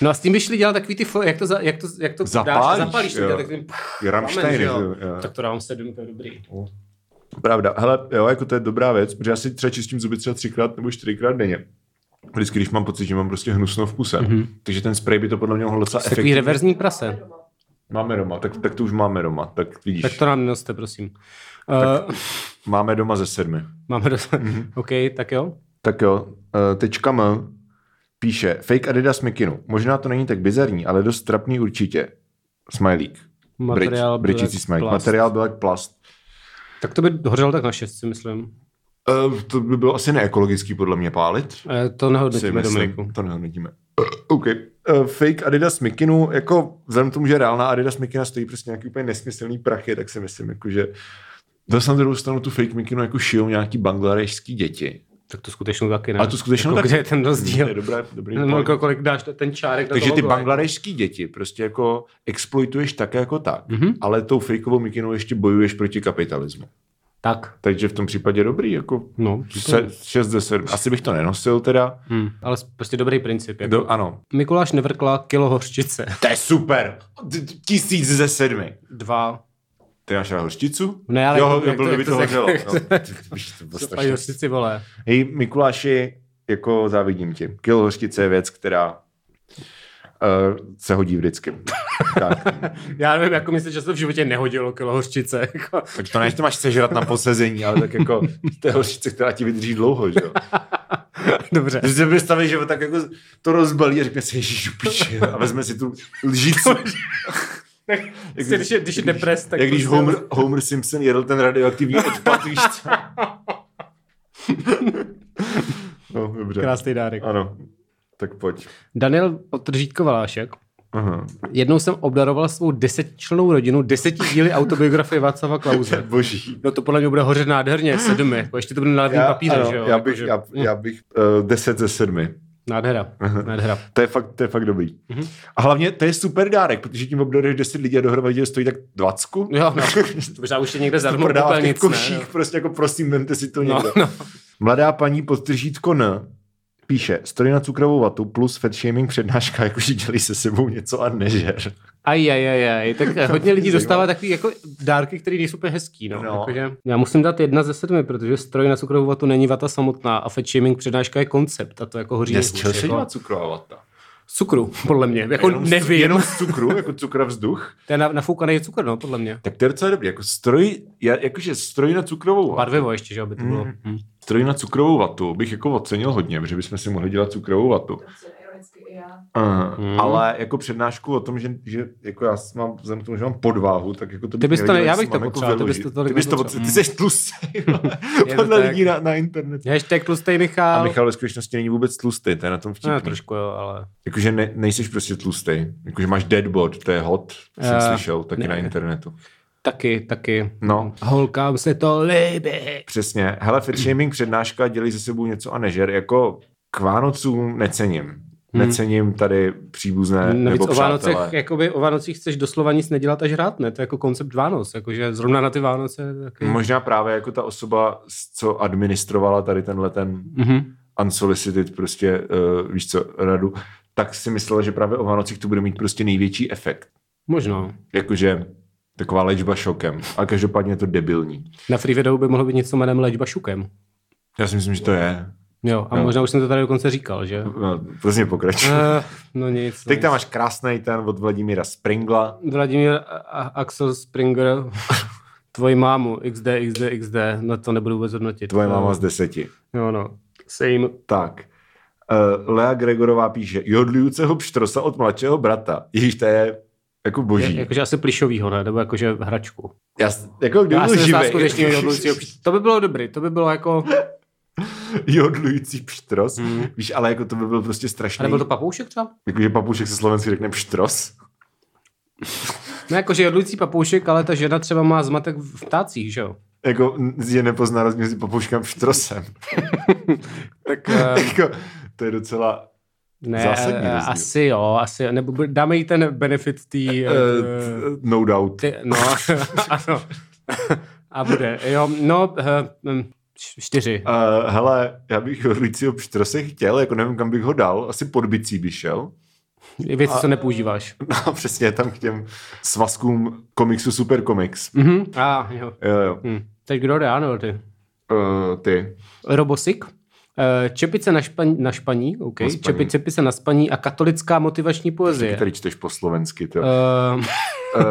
A: No a s tím by šli dělat takový ty, fl- jak to, za, jak to, jak to
B: Zapálíš,
A: dáš, zapálíš
B: jo.
A: to, tak tím,
B: Rammstein,
A: jo.
B: jo. jo.
A: tak to dám sedm, to je dobrý.
B: Pravda, hele, jo, jako to je dobrá věc, protože já si třeba čistím zuby třeba třikrát nebo čtyřikrát denně. Vždycky, když mám pocit, že mám prostě hnusno v puse. Mm-hmm. Takže ten spray by to podle mě mohlo docela
A: Mhm. Takový
B: efektivně.
A: reverzní prase.
B: Máme doma, tak, tak to už máme doma, tak vidíš.
A: Tak to nám nenoste, prosím. Eh,
B: Máme doma ze sedmi.
A: máme dost...
B: Mhm.
A: OK, tak jo.
B: Tak jo, eh, tečka M píše, fake Adidas Mikinu. Možná to není tak bizarní, ale dost trapný určitě. Smajlík.
A: Materiál byl
B: Bridžicí
A: jak
B: smajlík.
A: plast.
B: Materiál byl jak plast.
A: Tak to by hořelo tak na šest, si myslím.
B: Eh, to by bylo asi neekologický podle mě pálit.
A: Eh, to nehodnotíme,
B: myslím,
A: Dominiku.
B: To nehodnotíme. OK. Uh, fake Adidas Mikinu, jako vzhledem k tomu, že reálná Adidas Mikina stojí prostě nějaký úplně nesmyslný prachy, tak si myslím, jako, že zase na druhou stranu tu fake Mikinu jako šijou nějaký bangladešský děti.
A: Tak to skutečnou taky ne.
B: A tu skutečnou
A: jako,
B: taky.
A: Kde je ten
B: To je
A: rozdíl?
B: dobré, dobrý
A: Nebo
B: point.
A: jako kolik dáš ten čárek na
B: Takže
A: to
B: ty
A: logo, jako.
B: bangladešský děti prostě jako exploituješ tak jako tak,
A: Mhm.
B: ale tou fakeovou mikinou ještě bojuješ proti kapitalismu.
A: Tak,
B: Takže v tom případě dobrý, jako
A: no.
B: se, 6 ze 7. Asi bych to nenosil teda.
A: Hmm. Ale prostě dobrý princip. Jako.
B: Do, ano.
A: Mikuláš Nevrkla, kilo hořčice.
B: To je super. T- t- Tisíc ze sedmi.
A: Dva.
B: Ty máš rád hořčicu?
A: Ne, ale
B: jo,
A: jak to-
B: jo, bylo
A: jak
B: by
A: to
B: to
A: řekl?
B: hořelo. No, ty- ty víš, to bylo
A: Paní
B: strašné.
A: hořčici, vole.
B: Hej, Mikuláši, jako závidím ti. Kilo hořčice je věc, která uh, se hodí vždycky. tak.
A: Já nevím, jako mi se často v životě nehodilo kilo hořčice. Jako.
B: tak to ne, že to máš sežrat na posezení, ale tak jako to je hořčice, která ti vydrží dlouho, že jo?
A: Dobře.
B: Že si představíš, že tak jako to rozbalí a řekne si, ježišu, piči, a vezme si tu lžíci. Jak
A: Prostě, když, je, když je depres, tak...
B: Jak když
A: prostě-
B: Homer, Homer Simpson jedl ten radioaktivní odpad, víš co? No, dobře.
A: Krásný dárek.
B: Ano, tak pojď.
A: Daniel Potržítko Valášek.
B: Aha.
A: Jednou jsem obdaroval svou desetičlenou rodinu deseti díly autobiografie Václava Klauze.
B: Boží.
A: No to podle mě bude hořet nádherně, sedm jako ještě to bude na levém papíře,
B: ano,
A: že jo?
B: já bych, já,
A: Jakože-
B: já bych uh, 10 ze 7.
A: Nádhera, nádhera.
B: To je fakt, to je fakt dobrý.
A: Mhm.
B: A hlavně to je super dárek, protože tím obdaruješ 10 lidí a dohromady stojí tak 20.
A: Jo, no, to možná už je někde zadarmo
B: Prodáváš v
A: popelnic, ne?
B: koších,
A: no.
B: prostě jako prosím, vemte si to
A: No,
B: někde.
A: no.
B: Mladá paní podtržítko N píše, story na cukrovou vatu plus fat shaming přednáška, jakože dělí se sebou něco a nežer.
A: Aj, aj, aj, aj. Tak eh, hodně lidí
B: Zajímavé.
A: dostává takový jako dárky, které nejsou úplně hezký. No.
B: No.
A: no. Jakože, já musím dát jedna ze sedmi, protože stroj na cukrovou vatu není vata samotná a fat shaming přednáška je koncept a to jako hoří. nejhůř,
B: Dnes čeho se
A: jako.
B: dělá cukrová vata?
A: Z cukru, podle mě. Jako
B: Jenom z-
A: nevím.
B: Jenom z cukru, jako cukra vzduch.
A: To je na, nafoukaný cukr, no, podle mě.
B: Tak to je docela dobrý. Jako stroj, já, jakože stroj na cukrovou vatu,
A: Barvivo ještě, že aby to bylo.
B: Mm.
A: Mm.
B: stroj na cukrovou vatu bych jako ocenil hodně, protože bychom si mohli dělat cukrovou vatu. Aha.
A: Mm.
B: Ale jako přednášku o tom, že, že jako já s- mám, vzhledem k tomu, že mám podváhu, tak jako to
A: Ty bys to ne-
B: nevěděl,
A: já
B: jak
A: bych
B: si
A: to
B: mám
A: potřeboval, ty bys
B: vyložit.
A: to tolik
B: ty, bys to
A: nepotřeboval.
B: potřeboval. ty jsi tlusý, vole,
A: to
B: podle
A: tak.
B: lidí na, na internetu.
A: Hashtag tlustej Michal.
B: A Michal ve skutečnosti není vůbec tlustý, to je na tom vtipný.
A: Ne, No, trošku jo, ale...
B: Jakože ne, nejseš prostě tlustý. Jakože máš deadbot, to je hot, jsem
A: Eh,
B: slyšel, taky
A: ne.
B: na internetu.
A: Taky, taky.
B: No.
A: Holkám se to líbí.
B: Přesně. Hele, fat shaming přednáška, dělej ze sebou něco a nežer. Jako k Vánocům necením. Necením tady příbuzné
A: Hmm. No, Navíc
B: nebo
A: o Vánocech,
B: přátelé.
A: jakoby o Vánocích chceš doslova nic nedělat až hrát, ne? To je jako koncept Vánoc, jakože zrovna na ty Vánoce taky.
B: Možná právě jako ta osoba, s- co administrovala tady tenhle ten
A: Mhm.
B: unsolicited prostě, uh, víš co, radu, tak si myslela, že právě o Vánocích to bude mít prostě největší efekt.
A: Možná.
B: Jakože taková léčba šokem. A každopádně je to debilní.
A: Na free videu by mohlo být něco jménem Léčba šukem.
B: Já si myslím, že to je.
A: Jo, a
B: Jo.
A: možná už jsem to tady dokonce říkal, že?
B: No, Prostě pokračuj.
A: Eh, no nic.
B: Teď
A: nic.
B: tam máš krásný ten od Vladimíra Springla.
A: Vladimír a- a- Axel Springer, tvoji mámu, XD, XD, XD, no to nebudu vůbec hodnotit.
B: Tvoje
A: No.
B: máma z deseti.
A: Jo, no. Same.
B: Tak. Uh, Lea Gregorová píše, jodlujúceho pštrosa od mladšího brata. Ježíš, to je jako boží.
A: Je, jakože asi plišovýho, ne? Nebo jakože hračku.
B: Já, s- jako kdyby
A: Já
B: byl
A: jsem
B: živý.
A: znal skutečně jodlujícího pš- To by bylo dobrý, to by bylo jako...
B: jodlující pštros.
A: Hmm.
B: Víš, ale jako to by byl prostě
A: A
B: strašný.
A: nebyl to papoušek třeba?
B: Jakože papušek se slovensky řekne pštros.
A: Ne, jakože jodlující papoušek, ale ta žena třeba má zmatek v ptácích, že jo?
B: Jako n- je nepozná rozdíl mezi papouškem a pštrosem.
A: Tak eh,
B: jako, to je docela...
A: ne,
B: zásadní
A: eh,
B: rozdíl.
A: asi jo, asi jo. Nebo bu- dáme jí ten benefit tý... eh,
B: Uh, t- no doubt.
A: Ty, no, ano. A bude. Jo, no, eh, hm, č- čtyři.
B: Uh, hele, já bych Lucio Pštrose chtěl, jako nevím, kam bych ho dal, asi pod bicí by šel.
A: Věci, co nepoužíváš.
B: No přesně tam k těm svazkům komiksu Super Comics.
A: Mhm. A jo.
B: Jo, jo.
A: Hm. Teď kdo jde? Ano, ty.
B: Uh, ty.
A: Robosik. Eh, Čepice na, španí, na španí, OK.
B: Na spaní.
A: Čepice, čepice na spaní a katolická motivační
B: Ty
A: poezie.
B: tady čteš po slovensky, to. Uh.
A: Eh,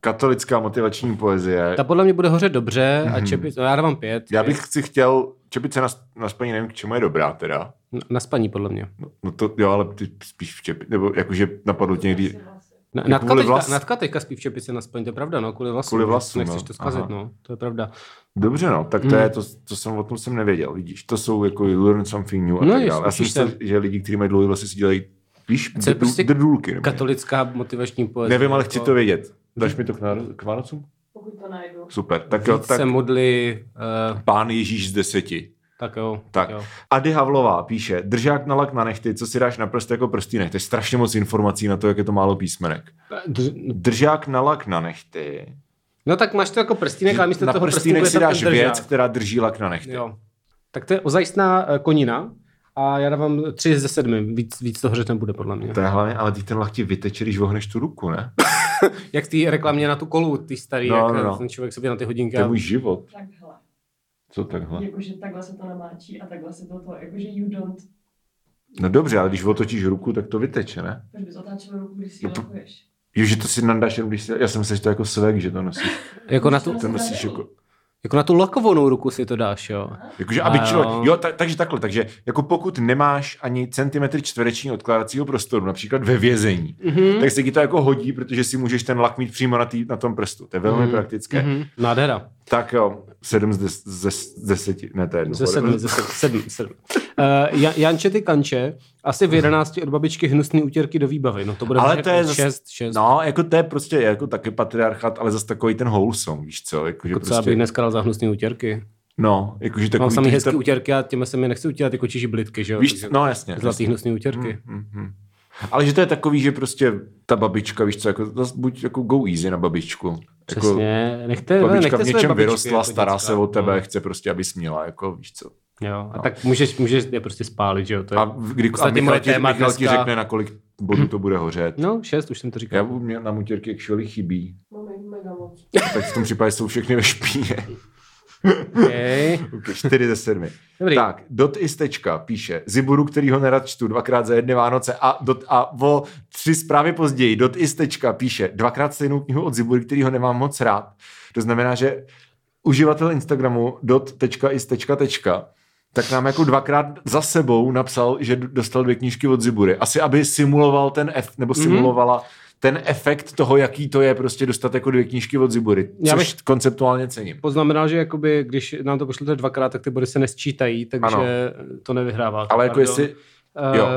B: katolická motivační poezie.
A: ta podle mě bude hořet dobře a čepice, no, já dávám pět.
B: Mhm. Já bych si chtěl, čepice na, na spaní, nevím, k čemu je dobrá teda.
A: Na- Na spaní, podle mě.
B: No, no to, jo, ale ty spíš v čepi, nebo jakože napadlo tě někdy
D: Prostě vlastně,
A: Na- Natka
B: kvůli
A: teďka,
B: vlas-
A: natka teďka spí v čepici na spaní, to je pravda, no, kvůli vlasům.
B: Kvůli vlasům,
A: Nechceš
B: no.
A: to zkazit,
B: Aha.
A: no, to je pravda.
B: Dobře, no, tak to
A: Mm.
B: je, to, to jsem o tom jsem nevěděl, vidíš. To jsou jako you learn something new a
A: No
B: tak
A: jo,
B: dále. Já jsem
A: slyšíš to.
B: myslel, že lidi, kteří mají dlouhé vlasy, si dělají, víš,
A: Co je
B: dr-
A: prostě
B: drdulky. nebo-
A: Katolická motivační poezie.
B: Nevím, ale chci
A: jako
B: to vědět. Dáš mi to k, náro- k Vánocům?
D: Pokud to najdu.
B: Super. Tak jo,
A: Víc
B: tak
A: se modli, uh,
B: pán Ježíš z deseti.
A: tak jo.
B: Tak.
A: jo.
B: Ady Havlová píše, držák na lak na nechty, co si dáš na prst jako prstínek. To je strašně moc informací na to, jak je to málo písmenek.
A: D-
B: Držák na lak na nechty.
A: No tak máš to jako prstínek, ale místo
B: na
A: toho
B: prstínek
A: prstínek
B: si dáš věc,
A: držák.
B: která drží lak na nechty.
A: Jo. Tak to je ozajstná eh, konina a já dávám tři ze sedmi, víc, víc to hře nebude podle mě.
B: To je hlavně, ale teď ten lak ti vyteče, když vohneš tu ruku, ne?
A: Jak ty reklamě na tu kolu, ty starý,
B: No,
A: no, jak
B: no,
A: no,
B: no.
A: ten člověk sobě na ty hodinky.
B: To je
A: a-
B: můj život.
D: Takhle.
B: Co takhle?
D: Jakože takhle se to namáčí a takhle se to to, jakože you don't.
B: No dobře, ale když otočíš ruku, tak to vyteče, ne?
D: Proč bys otáčel ruku, když
B: ji
D: si ji
B: No to-
D: lakuješ?
B: Jo, že to si nandáš jenom, když si... Já jsem myslel, že to je jako svek, že to nosíš.
A: Jako na, tu,
B: To nosíš jako...
A: jako na tu lakovanou ruku si to dáš, jo.
B: No. Jakože, aby
A: A jo.
B: člověk, jo, tak, takže takhle, takže jako pokud nemáš ani centimetr čtvereční odkládacího prostoru, například ve vězení,
A: Mhm.
B: mm-hmm. tak se ti to jako hodí, protože si můžeš ten lak mít přímo na, tý, na tom prstu. To je velmi mm-hmm. praktické. Mm-hmm.
A: Mhm. Nádhera.
B: Tak jo, sedm z, des, ze, z deseti, ne, to je jedno.
A: Ze sedmi, ze sedmi, sedmi, sedmi. Uh, ja, Janče ty kanče, asi v jedenácti od babičky hnusný útěrky do výbavy. No to bude
B: Mhm. Ale to je zas-
A: šest, šest. No,
B: No, jako to je prostě jako taky patriarchat, ale zase takový ten wholesome, víš co? Jakože
A: jako co,
B: prostě,
A: abych dneska dal za hnusný útěrky.
B: No, jakože takový...
A: Mám samý
B: ty-
A: hezký
B: ta-
A: útěrky a těmi se mi nechci udělat jako čiží blitky, že jo?
B: Víš,
A: Takže
B: no jasně.
A: Zlatý hnusný útěrky.
B: Mm-hmm. Ale že to je takový, že prostě ta babička, víš co, jako, zas buď jako go easy na babičku. Jako,
A: Přesně. Nechte,
B: babička
A: nechte
B: v
A: své
B: něčem
A: babičky
B: vyrostla,
A: jako
B: stará
A: děcka.
B: se o tebe,
A: No.
B: chce prostě, aby směla, jako víš co.
A: Jo, a tak můžeš, můžeš je prostě spálit, že jo? To je...
B: A, v- kdy, a
A: Ostatně
B: Michal,
A: moje
B: ti,
A: téma
B: Michal ti
A: dneska-
B: řekne, na kolik bodů to bude hořet.
A: No, šest, už jsem to
B: Já
A: říkal.
B: u mě na mutěrky actually chybí,
D: Mám jich mega moc.
B: tak v tom případě jsou všechny ve špíně.
A: Okay.
B: Okay, 4 ze 7.
A: Dobrý.
B: Tak, dot istečka píše, Ziburu, který ho nerad čtu, dvakrát za jedny Vánoce a, dot, a o tři zprávy později, dot istečka píše, dvakrát stejnou knihu od Zibury, který ho nemám moc rád. To znamená, že uživatel Instagramu dot tečka istečka tečka tak nám jako dvakrát za sebou napsal, že d- dostal dvě knížky od Zibury. Asi, aby simuloval ten F, nebo
A: Mhm.
B: simulovala mm-hmm. ten efekt toho, jaký to je prostě dostat jako dvě knížky od Zibury,
A: Já
B: což
A: bych-
B: konceptuálně cením.
A: Poznamenal, že jakoby, když nám to pošlete dvakrát, tak ty body se nesčítají, takže ano. to nevyhrává.
B: Ale jako jestli jo.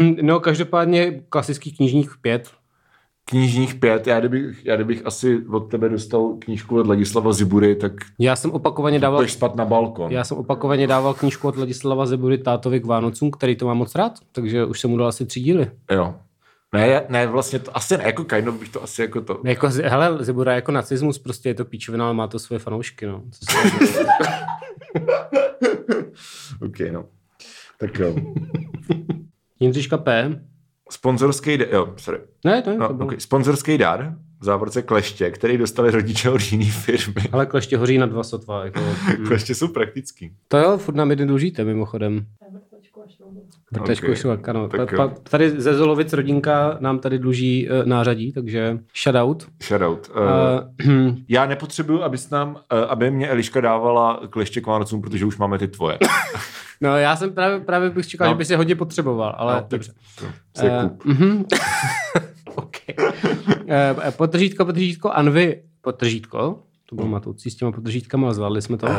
A: Uh, no, každopádně klasický knižník pět.
B: knižních pět, já kdybych, já kdybych asi od tebe dostal knížku od Ladislava Zibury, tak
A: Já jsem opakovaně dával
B: budeš spát na balkon.
A: Já jsem opakovaně dával knížku od Ladislava Zebury tátovi k Vánocům, který to má moc rád, takže už jsem mu dal asi tři díly.
B: Jo. Ne, já- ne, vlastně to asi ne, jako kind of bych to asi jako to.
A: Jako, hele, Zebura jako nacismus, prostě je to píčovina, ale má to svoje fanoušky, no. Co se-
B: Ok, no. Tak jo.
A: Jindřiška P.
B: Sponzorský, de- jo, sorry.
A: Ne, to je
B: No,
A: to bylo.
B: okay. Sponzorský dar, v závorce kleště, který dostali rodiče od jiný firmy.
A: Ale kleště hoří na dva sotva. Jako.
B: Kleště jsou praktický.
A: To jo, furt nám jeden dlužíte, mimochodem. Vrtačku
B: Ok.
A: okay. ano.
B: Tak
A: Pa,
B: jo.
A: pa, tady ze Zolovic rodinka nám tady dluží uh, nářadí, takže shoutout.
B: Shoutout. Uh,
A: Uh,
B: já nepotřebuju, abys nám, uh, aby mě Eliška dávala kleště k Vánocům, protože už máme ty tvoje.
A: no, já jsem právě, právě bych čekal,
B: No.
A: že by si hodně potřeboval, ale
B: No,
A: no,
B: tak-
A: dobře.
B: Se kup.
A: Uh, okay. uh, potržítko, potržítko, Anvy, potržítko. To bylo matoucí s těma potržítkama, ale zvládli jsme to. Uh,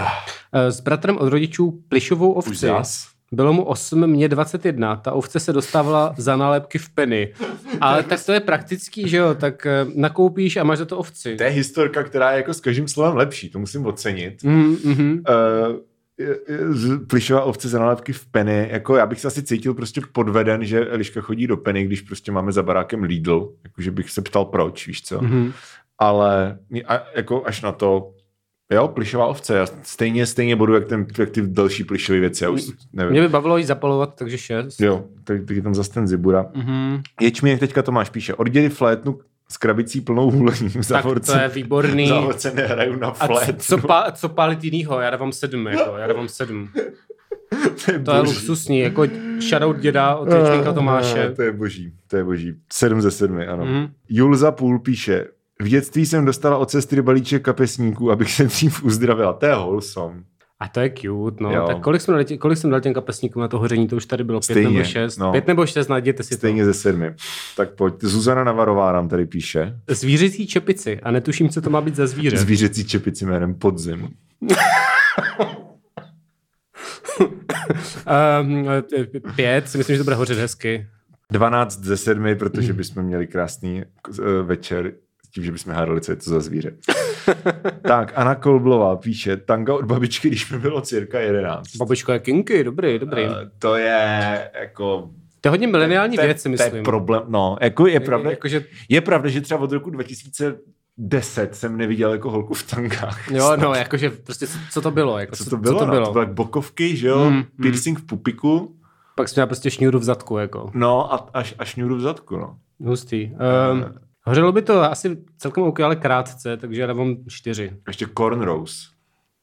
A: s bratrem od rodičů plišovou
B: Eh. Už
A: ovci.
B: zas.
A: Bylo mu 8, mě 21. Ta ovce se dostávala za nálepky v peny. Ale tak to je praktický, že jo? Tak eh, nakoupíš a máš za to ovci.
B: To je historka, která je jako s každým slovem lepší, to musím ocenit.
A: Mm, mhm.
B: Uh, plišová ovce za nálepky v Penny, jako já bych se asi cítil prostě podveden, že Eliška chodí do Penny, když prostě máme za barákem Lidl, jakože bych se ptal proč, víš co,
A: Mhm.
B: ale a, jako až na to, jo, plišová ovce, já stejně, stejně budu jak, ten, jak ty další plišové věci, já už nevím.
A: Mě by bavilo jí zapalovat, takže šest.
B: Jo, tak, tak je tam zase ten Zibura.
A: Mhm.
B: Ječmínek teďka Tomáš píše, odděli flétnu s krabicí plnou hůlení v
A: Tak
B: závorce.
A: to je výborný.
B: závorce nehraju na
A: A co,
B: flét.
A: co, pá, co pálit jinýho? Já dávám sedm, jako, já dávám sedm. To je
B: boží.
A: luxusní, jako shoutout děda od Ječmínka Tomáše.
B: Ah, To je boží, to je boží. Sedm ze sedmi, ano. Mm.
A: Mhm.
B: Julza Půl píše, v dětství jsem dostala od sestry balíček kapesníků, abych se dřív uzdravila. To je wholesome.
A: A to je cute, no.
B: Jo.
A: Tak kolik jsem, dal, tě- kolik jsem dal těm kapesníkům na to hoření, to už tady bylo pět
B: Stejně,
A: nebo šest.
B: no.
A: Pět nebo šest, najděte si
B: Stejně ze sedmi. Tak pojď. Zuzana Navarová nám tady píše.
A: to. Zvířecí čepici a netuším, co to má být za zvíře.
B: Zvířecí čepici jménem Podzim.
A: Um, pět, si myslím, že to bude hořet hezky.
B: 12 ze sedmi,
A: Mm.
B: protože bychom měli krásný eh, večer s tím, že bychom hádali, co je to za zvíře. tak, Anna Kolblová píše, tanga od babičky, když mi bylo cirka 11.
A: Babička je kinky, dobrý, dobrý.
B: Eh, To je jako
A: To je hodně mileniální
B: To je-
A: věc, si myslím.
B: To je problém, no. Jako je, pravda, jako...
A: Jakože,
B: je pravda, že třeba od roku 2010 jsem neviděl jako holku v tankách.
A: jo, no, jakože prostě co to bylo? Jako,
B: Co to bylo?
A: Co to
B: no?
A: bylo?
B: to byly jak bokovky, že jo?
A: Mm,
B: Mm,
A: mm.
B: Piercing v pupiku,
A: Pak jsem měl prostě šňůru v zadku, jako.
B: no a až, až šňůru v zadku, no.
A: Hustý. Um,
B: Eh.
A: hořelo by to asi celkem OK, ale krátce, takže já dávám čtyři.
B: Ještě cornrows.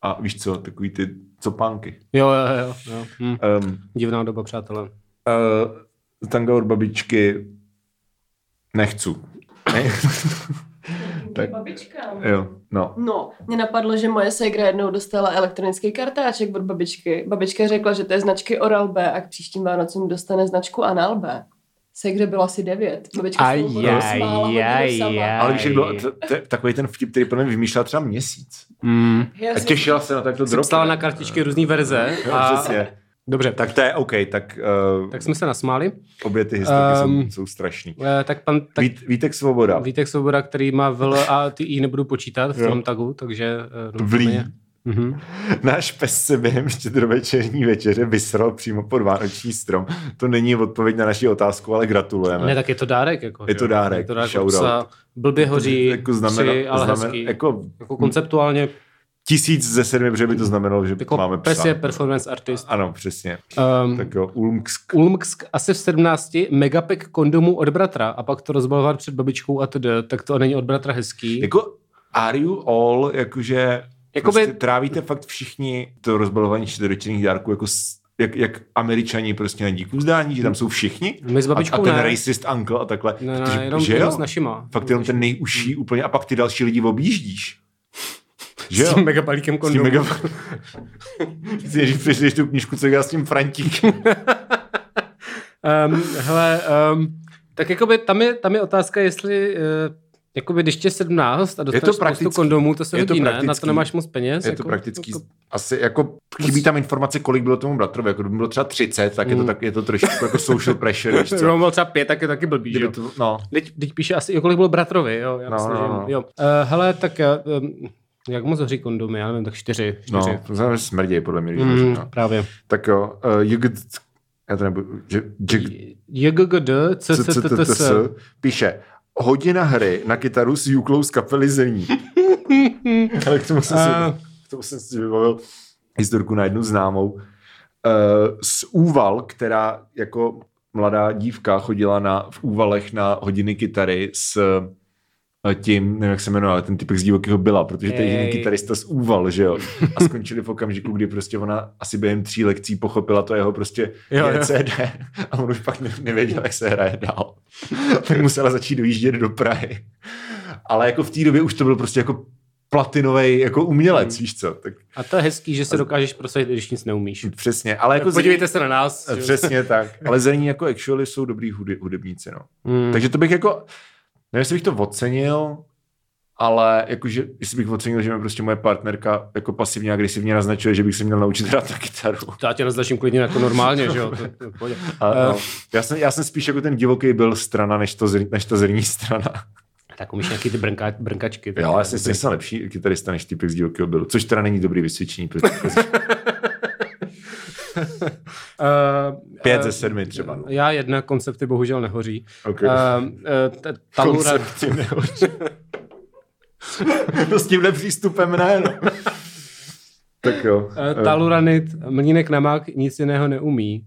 B: A víš co, takový ty copánky.
A: Jo, jo, jo. jo. Hm.
B: Um,
A: Divná doba, přátelé.
B: uh, tanga od babičky nechcu. Ne? tak,
D: Babička.
B: jo, no.
D: No, mě napadlo, že moje ségra jednou dostala elektronický kartáček od babičky. Babička řekla, že to je značky Oral-B a k příštím Vánocům dostane značku Anal-B. Ségra bylo asi devět. Babička se
A: Aj,
D: mu potom
A: aj,
D: smála hodinu
A: aj,
D: sama.
A: aj.
B: Ale víš, jak bylo t- t- takový ten vtip, který pro mě vymýšlela třeba měsíc.
A: Mm.
D: Já
B: A
D: jsem-
B: těšila se na takto
A: Jsem
B: drobku.
A: psala na kartičky různý verze.
B: A...
A: A...
B: Přesně.
A: Dobře, tak,
B: Tak to je OK, tak, uh, tak
A: tak jsme se nasmáli.
B: obě ty historky um, jsou,
A: Ehm,
B: jsou strašný.
A: Eh, tak pan tak
B: Tak, Vít, Vítek Svoboda. Vít...
A: Vítek Svoboda, který má VL a ty I nebudu počítat v
B: Jo.
A: tom tagu, takže... eh,
B: Vlí.
A: nicméně. Mhm.
B: Náš pes se během štědrovečerní večeře vysral přímo pod vánoční strom. To není odpověď na naši otázku, ale gratulujeme.
A: Ne, tak je to dárek. Jako,
B: Je
A: že
B: to
A: jo?
B: dárek,
A: Je to dárek
B: shoutout.
A: od psa. Blbě hoří,
B: jako znamená,
A: tři, ale
B: znamená
A: hezký. Jako,
B: jako
A: konceptuálně,
B: tisíc ze sedmi, protože by to znamenalo, že
A: jako
B: máme
A: pes
B: psa.
A: je performance artist.
B: Ano, přesně.
A: Um,
B: Tak jo, Ulmsk.
A: Ulmsk asi v 17 megapek kondomů od bratra a pak to rozbalovat před babičkou a td. Tak to není od bratra hezký.
B: Jako, are you all, jakože
A: Jakoby,
B: Jako Prostě trávíte fakt všichni to rozbalování čtyřročených dárků jako s- jak, jak američani prostě na díku vzdání, že tam jsou všichni.
A: My s babičkou
B: a, a ten
A: ne.
B: racist uncle a takhle.
A: ne, ne,
B: protože,
A: jenom,
B: že
A: jenom
B: jo?
A: s našima.
B: Fakt jenom ten nejužší úplně a pak ty další lidi objíždíš. Že
A: S
B: jo?
A: tím megapalíkem
B: S tím
A: kondomů.
B: mega... Chci říct, přečteš tu knížku, co já s tím Frantíkem.
A: Um, hele, um, tak jakoby tam je, tam je otázka, jestli uh, jakoby když tě je 17 a
B: Je to
A: dostaneš spoustu
B: praktický.
A: kondomů, to se
B: Je to
A: hodí, ne? Na to
B: praktický.
A: nemáš moc peněz. jako-
B: Je to praktický. Asi jako chybí tam informace, kolik bylo tomu bratrovi. Jako kdyby bylo třeba 30, tak je to,
A: Hmm.
B: tak, je to trošku jako social pressure. Víš co?
A: Jako, byl třeba pět, tak je taky blbý, že
B: Kdyby
A: jo?
B: to, no.
A: Teď, teď píše asi, jo, kolik bylo bratrovi, jo, já
B: No,
A: myslím,
B: no, no.
A: že, jo. Uh, hele, tak já, um, jak moc hoří kondomy, já nevím, tak čtyři,
B: No,
A: čtyři.
B: to znamená, že smrdí, podle mě. když no.
A: mm,
B: to říká.
A: právě.
B: Tak jo, uh, Jugd, já to nebudu, že, Jugd,
A: JGGD, CCTTS.
B: CCTTS, píše, hodina hry na kytaru s Juklou z kapely Zení. Ale k tomu jsem si,
A: A.
B: k tomu jsem si vybavil historku na jednu známou. Uh, z Úval, která jako mladá dívka chodila na, v Úvalech na hodiny kytary s eh, tím, nevím, jak se jmenuje, ale ten typek z divokého byla, protože to je jediný
A: Ej.
B: kytarista z Úval, že jo. A skončili v okamžiku, kdy prostě ona asi během tří lekcí pochopila to jeho prostě
A: Jo,
B: jo,
A: jo.
B: CD a on už pak ne- nevěděl, jak se hraje dál. tak musela začít dojíždět do Prahy. Ale jako v té době už to byl prostě jako platinový jako
A: Hmm.
B: umělec, víš co. Tak
A: A to je hezký, že se dokážeš prosadit, když nic neumíš.
B: přesně, ale jako...
A: Tak podívejte se na nás.
B: Zení,
A: že jo.
B: přesně tak. Ale Zení jako actually jsou dobrý hudy, hudebníci, no.
A: Mm.
B: Takže to bych jako, nevím, jestli bych to ocenil, ale jakože, jestli bych ocenil, že mi prostě moje partnerka jako pasivně agresivně naznačuje, že bych se měl naučit hrát na kytaru.
A: To já tě naznačím klidně jako normálně, že jo? To, to, je v pohodě.
B: A,
A: Eh.
B: no, já, jsem, já jsem spíš jako ten divoký byl strana, než, to zr, než ta zrní strana.
A: tak umíš nějaký ty brnka, brnkačky. tak-
B: Jo, já jsem si jsem lepší kytarista než typek z divokého byl, což teda není dobrý vysvědčení. prostě Pro typek z-
A: Eh,
B: Pět
A: eh,
B: ze sedmi třeba. No.
A: Já jedna, koncepty bohužel nehoří.
B: Okay.
A: Ehm, eh, t- Talura,
B: Koncepty nehoří. no s tímhle přístupem ne, no. tak jo.
A: eh, taluranit, mlínek na mak, nic jiného neumí.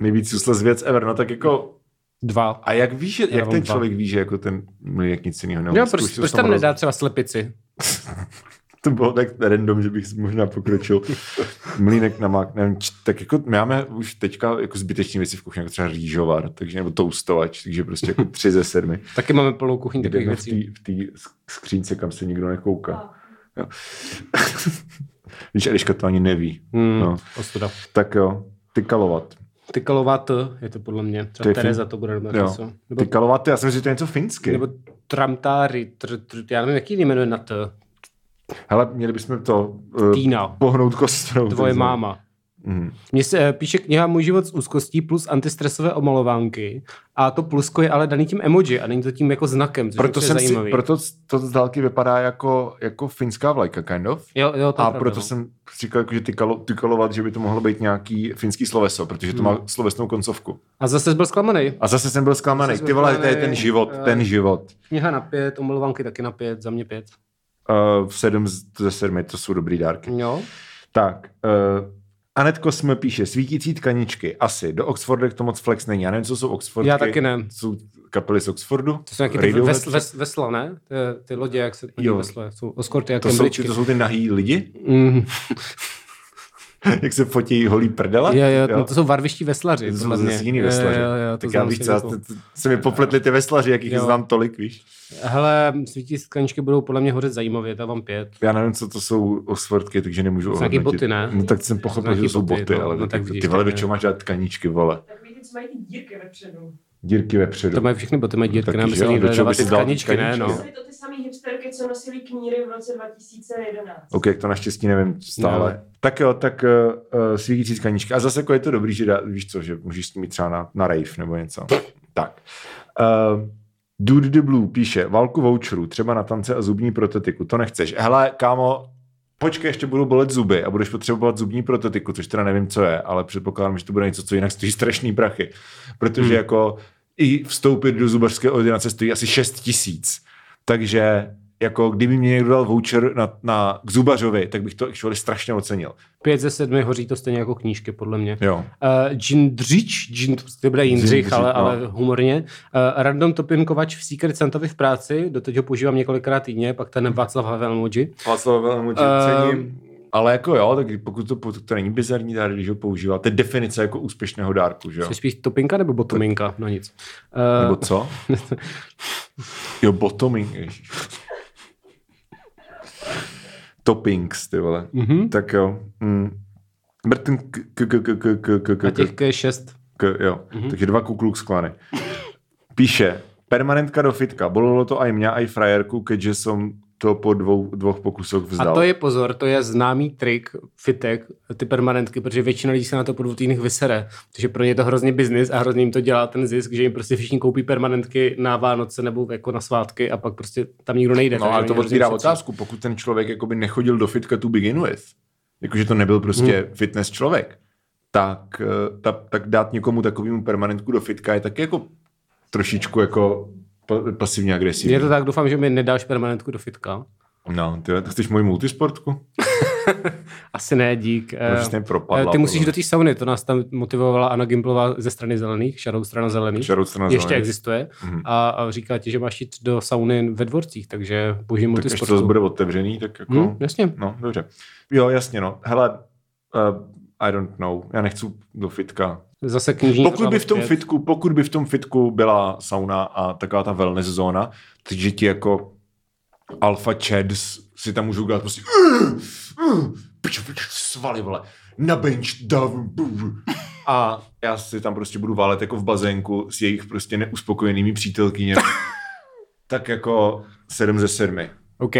B: Nejvíc useless věc ever. No tak jako,
A: Dva.
B: a jak víš, že-
A: Já
B: jak
A: mám
B: ten
A: dva.
B: člověk ví, že jako ten, no, jak nic jiného neumí?
A: Jo, proč,
B: Zkusil
A: proč
B: jsem
A: tam
B: roz-
A: nedá třeba slepici?
B: To bylo tak random, že bych možná pokročil. Mlínek na mák, nevím, č- tak jako my máme už teďka jako zbytečné věci v kuchyni, jako třeba rýžovar, takže nebo toustovač, takže prostě jako tři ze sedmi.
A: Taky máme plnou kuchyni
B: Kde
A: takových
B: v
A: věcí.
B: té v tý skřínce, kam se nikdo nekouká. Jo. Víš, Eliška to ani neví.
A: Hmm,
B: No.
A: Ostuda.
B: Tak jo, tykalovat.
A: Tykalová T je to podle mě.
B: To
A: Třeba
B: je fin-
A: Tereza to bude nebo
B: Jo.
A: něco. Nebo,
B: Tykalovat, to já jsem si to je něco finsky.
A: nebo Tramtári, tr, tr, já nevím, jaký jmenuje na T.
B: Hele, měli bychom to eh,
A: Týna,
B: pohnout
A: tvoje
B: kostrou. takzvaně.
A: máma.
B: Mhm.
A: Mně se eh, píše kniha Můj život s úzkostí plus antistresové omalovánky a to plusko je ale daný tím emoji a není to tím jako znakem, což
B: Proto,
A: proto je
B: jsem si,
A: zajímavý. proto...
B: proto to z dálky vypadá jako, jako finská vlajka, kind of.
A: Jo, jo, to je
B: A
A: pravda,
B: proto
A: no.
B: jsem říkal, jako, že tykalo, tykalovat, že by to mohlo být nějaký finský sloveso, protože to
A: Hmm.
B: má slovesnou koncovku.
A: A zase jsi byl zklamaný.
B: A zase jsem byl zklamaný.
A: Zase byl
B: Ty vole, to je
A: zklamanej.
B: ten život,
A: Eh.
B: ten život.
A: Kniha na pět, omalovánky taky na pět, za mě pět.
B: Uh, v sedm z- ze sedmi, to jsou dobrý dárky.
A: Jo.
B: Tak, uh, Anet Kosme píše, svítící tkaničky, asi, do Oxfordek to moc flex není. Já nevím, co jsou Oxfordky.
A: Já taky ne.
B: Jsou kapely z Oxfordu.
A: To jsou nějaký ty
B: Radiohead,
A: ves, ves, vesla, ne? Ty, ty lodě, jak se
B: Jo.
A: jo. vesle, jsou oskorty a
B: to, jsou, ty-
A: kembličky.
B: to jsou ty nahý lidi,
A: Mm.
B: jak se fotí holí prdela.
A: Jo, jo, no to jsou varviští veslaři.
B: To
A: podle
B: jsou
A: mě.
B: zase jiný veslaři.
A: Jo, jo, jo, to
B: tak já
A: znám
B: víc,
A: z
B: já,
A: Facebooku.
B: t- t- se mi popletly ty veslaři, jakých
A: Jo.
B: znám tolik, víš.
A: Hele, svítí skleničky budou podle mě hořet zajímavě, dávám pět.
B: Já nevím, co to jsou osvrtky, takže nemůžu
A: To jsou nějaký
B: ohodnotit.
A: boty, ne?
B: No tak jsem pochopil,
A: nějaký
B: že jsou
A: boty,
B: boty,
A: no,
B: ale
A: no,
B: no,
A: tak
B: tak ty
A: vidíš,
B: vole,
A: tak
B: do
A: ne.
B: čeho máš dát tkaničky, vole?
D: Tak vidíte, co mají ty dírky vepředu.
B: Dírky vepředu.
A: To mají všechny boty, mají dírky,
B: No, Taky,
A: nám by
B: že
A: se
B: jo, do
A: někde
B: čeho by
A: dávat
B: si
A: ty
B: dal ty
A: tkaničky, vlastně ne,
B: tkaničky?
A: no.
D: Byly to ty samé hipsterky, co nosili kníry v roce 2011.
B: OK, to naštěstí nevím stále.
A: No.
B: Tak jo, tak uh, uh, svítící tkaničky. A zase jako je to dobrý, že dá, víš co, že můžeš s tím jít třeba na, na rave nebo něco. tak. Uh, Dude the Blue píše, válku voucherů, třeba na tance a zubní protetiku. To nechceš. Hele, kámo, počkej, ještě budou bolet zuby a budeš potřebovat zubní protetiku, což teda nevím, co je, ale předpokládám, že to bude něco, co jinak stojí strašný prachy. Protože jako i vstoupit do zubařské ordinace stojí asi 6 tisíc. Takže jako kdyby mě někdo dal voucher na, na k zubařovi, tak bych to actually strašně ocenil.
A: Pět ze sedmi hoří to stejně jako knížky, podle mě.
B: Jo.
A: Uh, Jindřič, Jin, to bude Jindřich,
B: Jindřich,
A: ale,
B: no.
A: ale humorně. Uh, random Topinkovač v Secret Santovi v práci, doteď ho používám několikrát týdně, pak ten Václav Havel emoji.
B: Václav velmi
A: Ehm.
B: cením. Ale jako jo, tak pokud to, pokud to není bizarní dár, když ho používá, to je definice jako úspěšného dárku, že jo?
A: Jsi spíš Topinka nebo Botominka? No nic.
B: Nebo
A: Uh,
B: co? jo, bottoming, ježiš. Toppings, ty vole.
A: Mhm.
B: Tak jo. Mm. Brtin k, k, k, k, k, k, k,
A: a
B: k,
A: těch je šest.
B: K, jo, mm-hmm. takže dva kukluk sklany. Píše, permanentka do fitka, bolelo to aj mě, aj frajerku, keďže jsem to po dvou, dvou pokusech vzdal.
A: A to je pozor, to je známý trik fitek, ty permanentky, protože většina lidí se na to po dvou týdnech vysere. Takže pro ně je to hrozně biznis a hrozně jim to dělá ten zisk, že jim prostě všichni koupí permanentky na Vánoce nebo jako na svátky a pak prostě tam nikdo nejde.
B: No ale
A: takže
B: to
A: oni hrozně
B: otvírá
A: šetří.
B: otázku, pokud ten člověk jakoby nechodil do fitka to begin with, jakože to nebyl prostě hmm. fitness člověk, tak, eh, ta, tak dát někomu takovému permanentku do fitka je taky jako trošičku jako pa- pasivně agresivní.
A: Je to tak, doufám, že mi nedáš permanentku do fitka.
B: No, ty, tak chceš moji multisportku?
A: Asi ne, dík. Eh,
B: Prostě propadla,
A: eh, Ty musíš
B: podle.
A: do té sauny, to nás tam motivovala Anna Gimplová ze strany zelených, šarou strana zelených.
B: Šarou strana
A: Ještě
B: zelených. Mhm.
A: existuje. A, a říká ti, že máš jít do sauny ve dvorcích, takže boží
B: Tak až to
A: multisportu.
B: zase bude otevřený, tak jako...
A: Hm, jasně.
B: No, dobře. Jo, jasně, no. Hele, uh, I don't know. Já nechci do fitka.
A: Zase knižní.
B: Pokud by v tom
A: pět.
B: fitku, pokud by v tom fitku byla sauna a taková ta wellness zóna, takže ti jako alfa chads si tam můžou dělat prostě pičo, pičo, svaly, vole, na bench, dávám, bu, bu. a já si tam prostě budu válet jako v bazénku s jejich prostě neuspokojenými přítelkyněmi. tak jako sedm ze sedmi.
A: OK,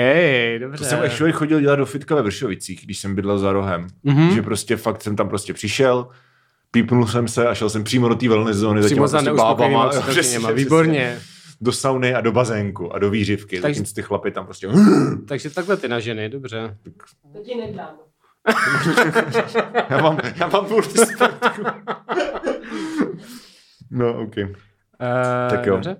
A: dobře.
B: To jsem actually chodil dělat do fitka ve Vršovicích, když jsem bydlel za rohem.
A: Mhm.
B: Mm-hmm. Že prostě fakt jsem tam prostě přišel, pípnul jsem se a šel jsem přímo do té wellness zóny za těma
A: Přímo za
B: prostě
A: neuspokojenýma
B: bábama.
A: přítelkyněma.
B: Přesně, přesně.
A: Výborně.
B: Do sauny a do bazénku a do výřivky.
A: Takže-
B: Takže ty chlapy tam prostě...
A: Takže takhle ty na ženy, dobře.
D: To ti nedám.
B: Já mám, já mám furt zpátku. No, OK. Uh,
A: Eh,
B: Tak jo.
A: Dobře?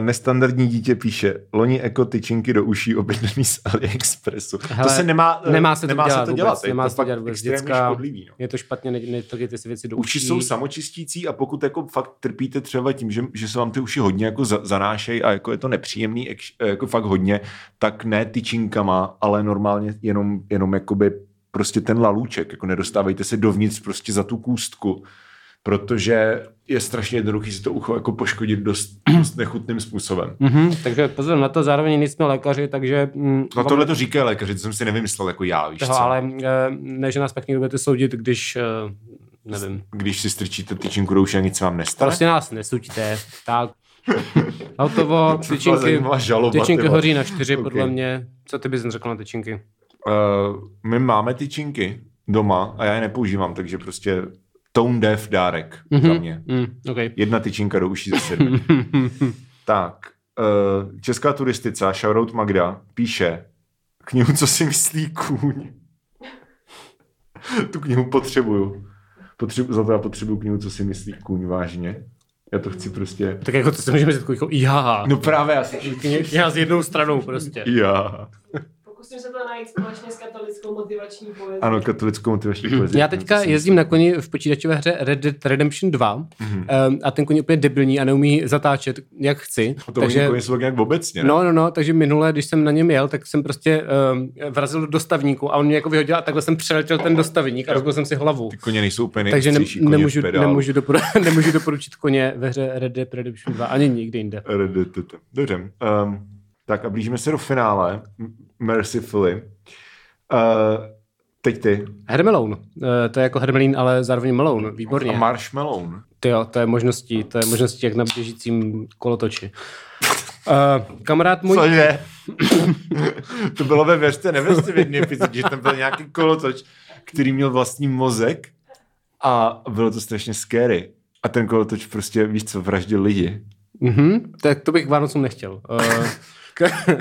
B: nestandardní dítě píše, loni eko tyčinky do uší objednaný z AliExpressu.
A: Hele,
B: to se nemá, eh,
A: nemá se to
B: nemá
A: dělat
B: se to
A: vůbec,
B: dělat. je
A: nemá
B: to
A: se to
B: fakt
A: dělat vůbec.
B: extrémně
A: Děcka-
B: škodlivý, no.
A: Je to špatně, ne, ne, taky ty si věci do
B: Uši
A: uší.
B: jsou samočistící a pokud jako fakt trpíte třeba tím, že, že se vám ty uši hodně jako za, zanášejí a jako je to nepříjemný, ex- jako fakt hodně, tak ne tyčinkama, ale normálně jenom, jenom jakoby prostě ten lalůček, jako nedostávejte se dovnitř prostě za tu kůstku, protože je strašně jednoduchý si to ucho jako poškodit dost, dost nechutným způsobem.
A: Mhm, takže pozor na to, zároveň nejsme lékaři, takže... Mm,
B: No tohle to říkají lékaři, to jsem si nevymyslel jako já, víš
A: toho,
B: co?
A: ale eh, ne, že nás pak někdo budete soudit, když, eh, nevím,
B: Když si strčíte tyčinku do uši a nic se vám nestane.
A: prostě nás nesuďte, tak. Hotovo,
B: To byla
A: no, tyčinky,
B: zajímavá žaloba, ty
A: tyčinky
B: vole.
A: hoří na čtyři,
B: Ok.
A: podle mě. Co ty bys řekl na tyčinky?
B: Uh, my máme tyčinky doma a já je nepoužívám, takže prostě tone deaf dárek mm-hmm. za mě.
A: Mm, okay.
B: Jedna tyčinka do uší ze sedmi. tak, uh, česká turistica, shoutout Magda, píše knihu Co si myslí kůň. tu knihu potřebuju. Potřebu, za to já potřebuju knihu Co si myslí kůň, vážně. Já to chci prostě...
A: Tak jako to si můžeme říct, jako jaha.
B: No právě, já si...
A: Já s jednou stranou prostě.
B: Já.
D: Pokusím se to najít společně s katolickou motivační poezí.
B: Ano, katolickou motivační poezii.
A: Já teďka jezdím na koni v počítačové hře Red Dead Redemption 2
B: Mhm.
A: mm-hmm. a ten koně je úplně debilní a neumí zatáčet, jak chci.
B: To takže... jsou tak nějak obecně. ne?
A: No, no, no, takže minule, když jsem na něm jel, tak jsem prostě um, vrazil do dostavníku a on mě jako vyhodil a takhle jsem přeletěl ten dostavník a rozbil jsem si hlavu.
B: Ty koně nejsou úplně
A: Takže ne,
B: nejpříjší koně
A: nemůžu,
B: v pedálu.
A: nemůžu, dopor- nemůžu doporučit koně ve hře Red Dead Redemption 2 ani nikdy jinde.
B: RDTT. Dobře. Um, tak a blížíme se do finále. M- Mercifully. Uh, teď ty.
A: Hermelone, Eh, to je jako Hermelín, ale zároveň Malone, výborně.
B: A Marshmallow.
A: Ty jo, to je možností, to je možností jak na běžícím kolotoči. Uh, kamarád můj,
B: Cože? to bylo ve Věřte, nevěřte v jedné epizodě, že tam byl nějaký kolotoč, který měl vlastní mozek a bylo to strašně scary. A ten kolotoč prostě, víš co, vraždil lidi.
A: Mhm, tak to bych k Vánocům nechtěl. Eh, ka-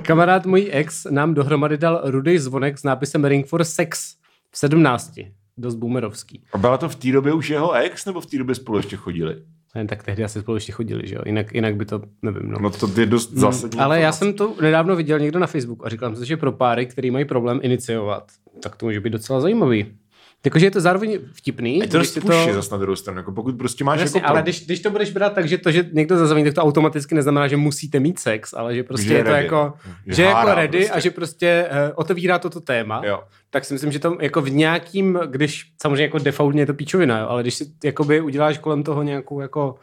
A: kamarád můj ex nám dohromady dal rudý zvonek s nápisem Ring for Sex v 17. Dost boomerovský.
B: A byla to v té době už jeho ex, nebo v té době spolu ještě chodili?
A: Ne, No tak tehdy asi spolu ještě chodili, že jo? Jinak, jinak by to, nevím, no.
B: No to je dost zásadní.
A: Ale já
B: informace.
A: jsem to nedávno viděl někdo na Facebooku a říkal jsem si, že pro páry, který mají problém iniciovat, tak to může být docela zajímavý. Jakože je to zároveň vtipný.
B: Je to
A: když
B: dost
A: si
B: to... zase na druhou stranu, jako pokud prostě máš
A: Jasně,
B: jako
A: ale
B: problém,
A: když, když to budeš brát tak, že to, že někdo zazvoní, tak to automaticky neznamená, že musíte mít sex, ale že prostě
B: Že
A: že
B: je
A: je to
B: ready,
A: jako,
B: Že
A: že, je jako
B: hádá
A: ready
B: prostě.
A: a že prostě uh, otevírá toto téma,
B: jo.
A: tak si myslím, že tam jako v nějakým, když samozřejmě jako defaultně je to píčovina, jo, ale když si jakoby uděláš kolem toho nějakou jako,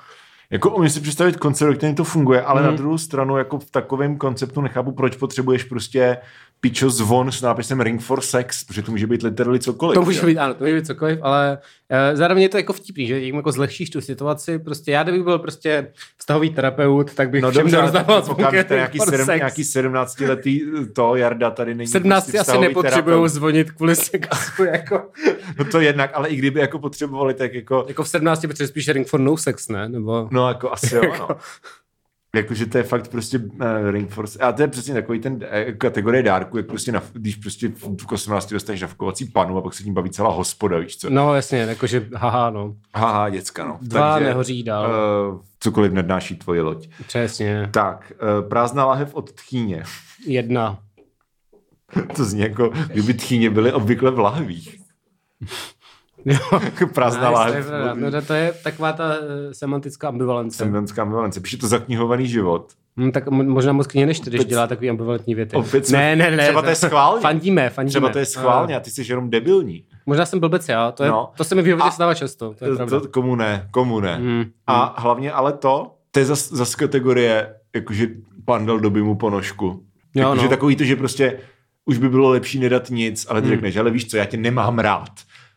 B: Jako umím si představit koncert, do kterém to funguje, ale mm.
A: Mhm.
B: na druhou stranu jako v takovém konceptu nechápu, proč potřebuješ prostě pičo zvon s nápisem Ring for Sex, protože to může být literally cokoliv.
A: to může
B: jo.
A: být, ano, to může být cokoliv, ale uh, zároveň je to jako vtipný, že jim jako zlehčíš tu situaci, prostě já kdybych byl prostě vztahový terapeut, tak bych
B: No
A: všem
B: dobře, ale
A: rozdával
B: tak pokud
A: zvuky,
B: to je nějaký,
A: for
B: sedm,
A: sex.
B: nějaký 17 letý to Jarda tady není.
A: 17
B: prostě
A: asi
B: vztahový
A: nepotřebují
B: terapeut.
A: zvonit kvůli sexu, jako.
B: No to jednak, ale i kdyby jako potřebovali, tak jako,
A: Jako v 17, protože spíš ring for no sex, ne? Nebo...
B: no jako asi jo, no. Jakože to je fakt prostě uh, Ring Force. A to je přesně takový ten eh, kategorie dárku, jak prostě, na, když prostě v 18 dostaneš navkovací panu a pak se tím baví celá hospoda, víš co?
A: No jasně, jakože haha, no.
B: Haha, děcka, no.
A: Dva Takže, nehoří dál, uh,
B: Uh, cokoliv nadnáší tvoji loď.
A: přesně.
B: Tak, uh, prázdná lahev od tchýně.
A: Jedna.
B: To zní jako, kdyby tchýně byly obvykle v lahvích.
A: Jo.
B: Jako prázdná
A: Nice,
B: lahev.
A: to je pravda. No, to- to je taková ta eh, semantická ambivalence.
B: Semenská ambivalence. Píše to zaknihovaný život.
A: Hm, tak mo- možná moc knihy nečte, když
B: Opět-
A: dělá takový ambivalentní věty.
B: Opět jsme-
A: ne, ne, ne.
B: Třeba to je schválně.
A: Fandíme, fandíme.
B: Třeba to je schválně a ty jsi jenom debilní.
A: Eh, Možná jsem blbec já, to, je,
B: No.
A: no. to se mi v životě
B: A-
A: stává často, to je
B: To,
A: pravda.
B: to, komu ne, komu ne.
A: Mm.
B: A hlavně ale to, to je zas, zas kategorie, jakože pan dal doby mu ponožku.
A: Jo,
B: jakože
A: no.
B: takový to, že prostě už by bylo lepší nedat nic, ale ty
A: Hmm.
B: řekneš, ale víš co, já tě nemám rád.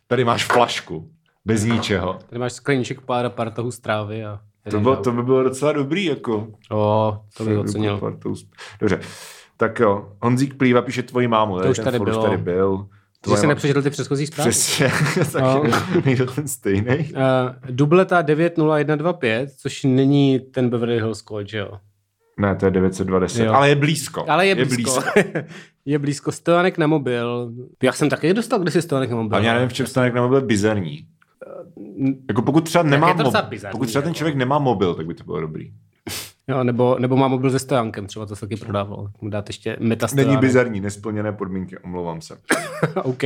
B: Tady máš flašku. Bez ničeho.
A: Tady máš skleníček pár, pár tahů strávy a...
B: To, bylo, to by bylo docela dobrý, jako.
A: O, to bych ocenil.
B: Fakt to usp- Dobře. Tak jo, Honzík Plýva píše tvoji mámu.
A: To už
B: ten
A: tady
B: for
A: bylo.
B: tady byl.
A: Že
B: Tvoje
A: jsi
B: má-
A: nepřečetl ty předchozí zprávy?
B: Přesně,
A: No.
B: takže nejde ten stejný.
A: Uh, dubleta 90125, což není ten Beverly Hills Code, že jo?
B: Ne, to je 920,
A: Jo.
B: ale je blízko.
A: Ale je blízko. Je blízko, je blízko. stojanek na mobil. Já jsem taky dostal kdysi stojanek na mobil.
B: A já nevím, v čem stanek na mobil bizarní. Jako pokud třeba nemá
A: je to docela
B: mobil,
A: bizarní,
B: pokud třeba ten
A: jako.
B: člověk nemá mobil, tak by to bylo dobrý.
A: jo, nebo, nebo má mobil se stojankem, třeba to se taky prodávalo. Mu dát ještě meta
B: Není
A: stojánek.
B: bizarní, nesplněné podmínky, omlouvám se. E,
A: OK.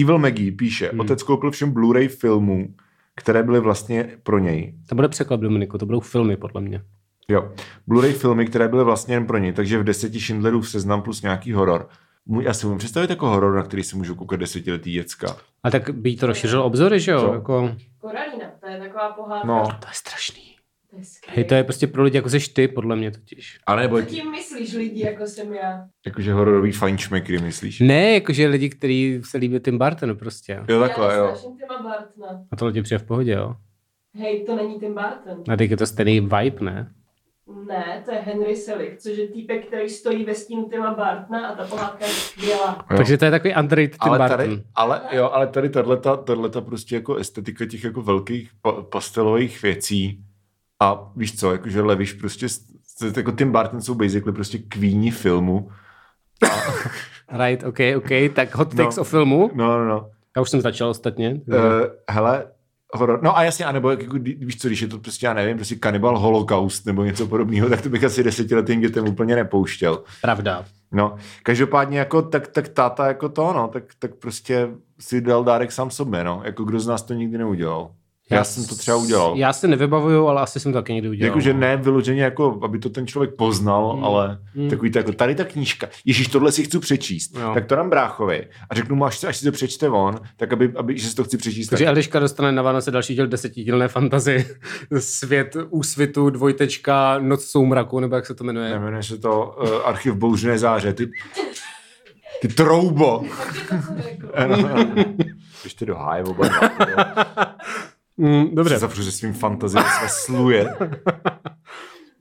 B: Evil Maggie píše, hmm. otec koupil všem Blu-ray filmů, které byly vlastně pro něj.
A: To bude překlad, Dominiku, to budou filmy, podle mě.
B: Jo. Blu-ray filmy, které byly vlastně jen pro něj, takže v deseti Schindlerův seznam plus nějaký horor. Mu- Já si můžu představit jako horor, na který si můžu koukat desetiletý děcka.
A: A tak by jí to rozšířilo obzory, že jo?
B: Co?
A: Jako,
D: Koralina, to je taková pohádka.
B: No,
A: to je strašný.
D: To je skvělý.
A: Hej, to je prostě pro lidi, jako seš ty, podle mě totiž.
B: a nebo
D: Co tím myslíš lidi, jako jsem já?
B: jakože hororový fajnšmekry, myslíš?
A: Ne, jakože lidi, kteří se líbí Tim Bartonu prostě.
B: Jo,
D: já
B: takhle, jo.
D: nesnáším Tima Bartna.
A: A to lidi přijde v pohodě, jo?
D: Hej, to není Tim Barton.
A: A teď je to stejný vibe, ne?
D: Ne, to je Henry Selick, což je týpek, který stojí ve stínu Tima Bartna a ta pohádka je skvělá.
B: Jo.
A: Takže to je takový underrated Tim
B: ale
A: Burton.
B: tady, ale, jo, ale tady tato, tato prostě jako estetika těch jako velkých pa- pastelových věcí a víš co, jakože levíš prostě, s- s- jako Tim Burton jsou basically prostě kvíni filmu.
A: Right, OK, OK, tak hot
B: No.
A: takes o filmu.
B: No, no, no.
A: Já už jsem začal ostatně.
B: Uh, hele, horor. No a jasně, anebo jak- jako, kdy- víš co, když je to prostě, já nevím, prostě kanibal holokaust nebo něco podobného, tak to bych asi desetiletým dětem úplně nepouštěl.
A: Pravda.
B: No, každopádně jako, tak, tak táta jako to, no, tak, tak prostě si dal dárek sám sobě, no, jako kdo z nás to nikdy neudělal. Já, já jsem to třeba udělal.
A: Já se nevybavuju, ale asi jsem to taky někdy udělal. no.
B: Jakože ne vyloženě, jako, aby to ten člověk poznal, hmm. ale
A: Hmm.
B: takový to jako, tady ta knížka, Ježíš, tohle si chci přečíst, jo.
A: Jo.
B: tak to dám bráchovi a řeknu mu, až, se- až si to přečte on, tak aby, aby že si to chci přečíst.
A: Takže
B: tak.
A: Eliška dostane na Vánoce další díl desetidílné fantazy. Svět úsvitu, dvojtečka, noc soumraku, nebo jak se to jmenuje.
B: Jmenuje se to uh, Archiv bouřné záře. Ty, ty troubo.
D: Takže to jsem řekl.
B: Ještě do háje oba. dva, ty jo.
A: Mm, dobře,
B: Se Zavřu se svým fantazím, své sluje.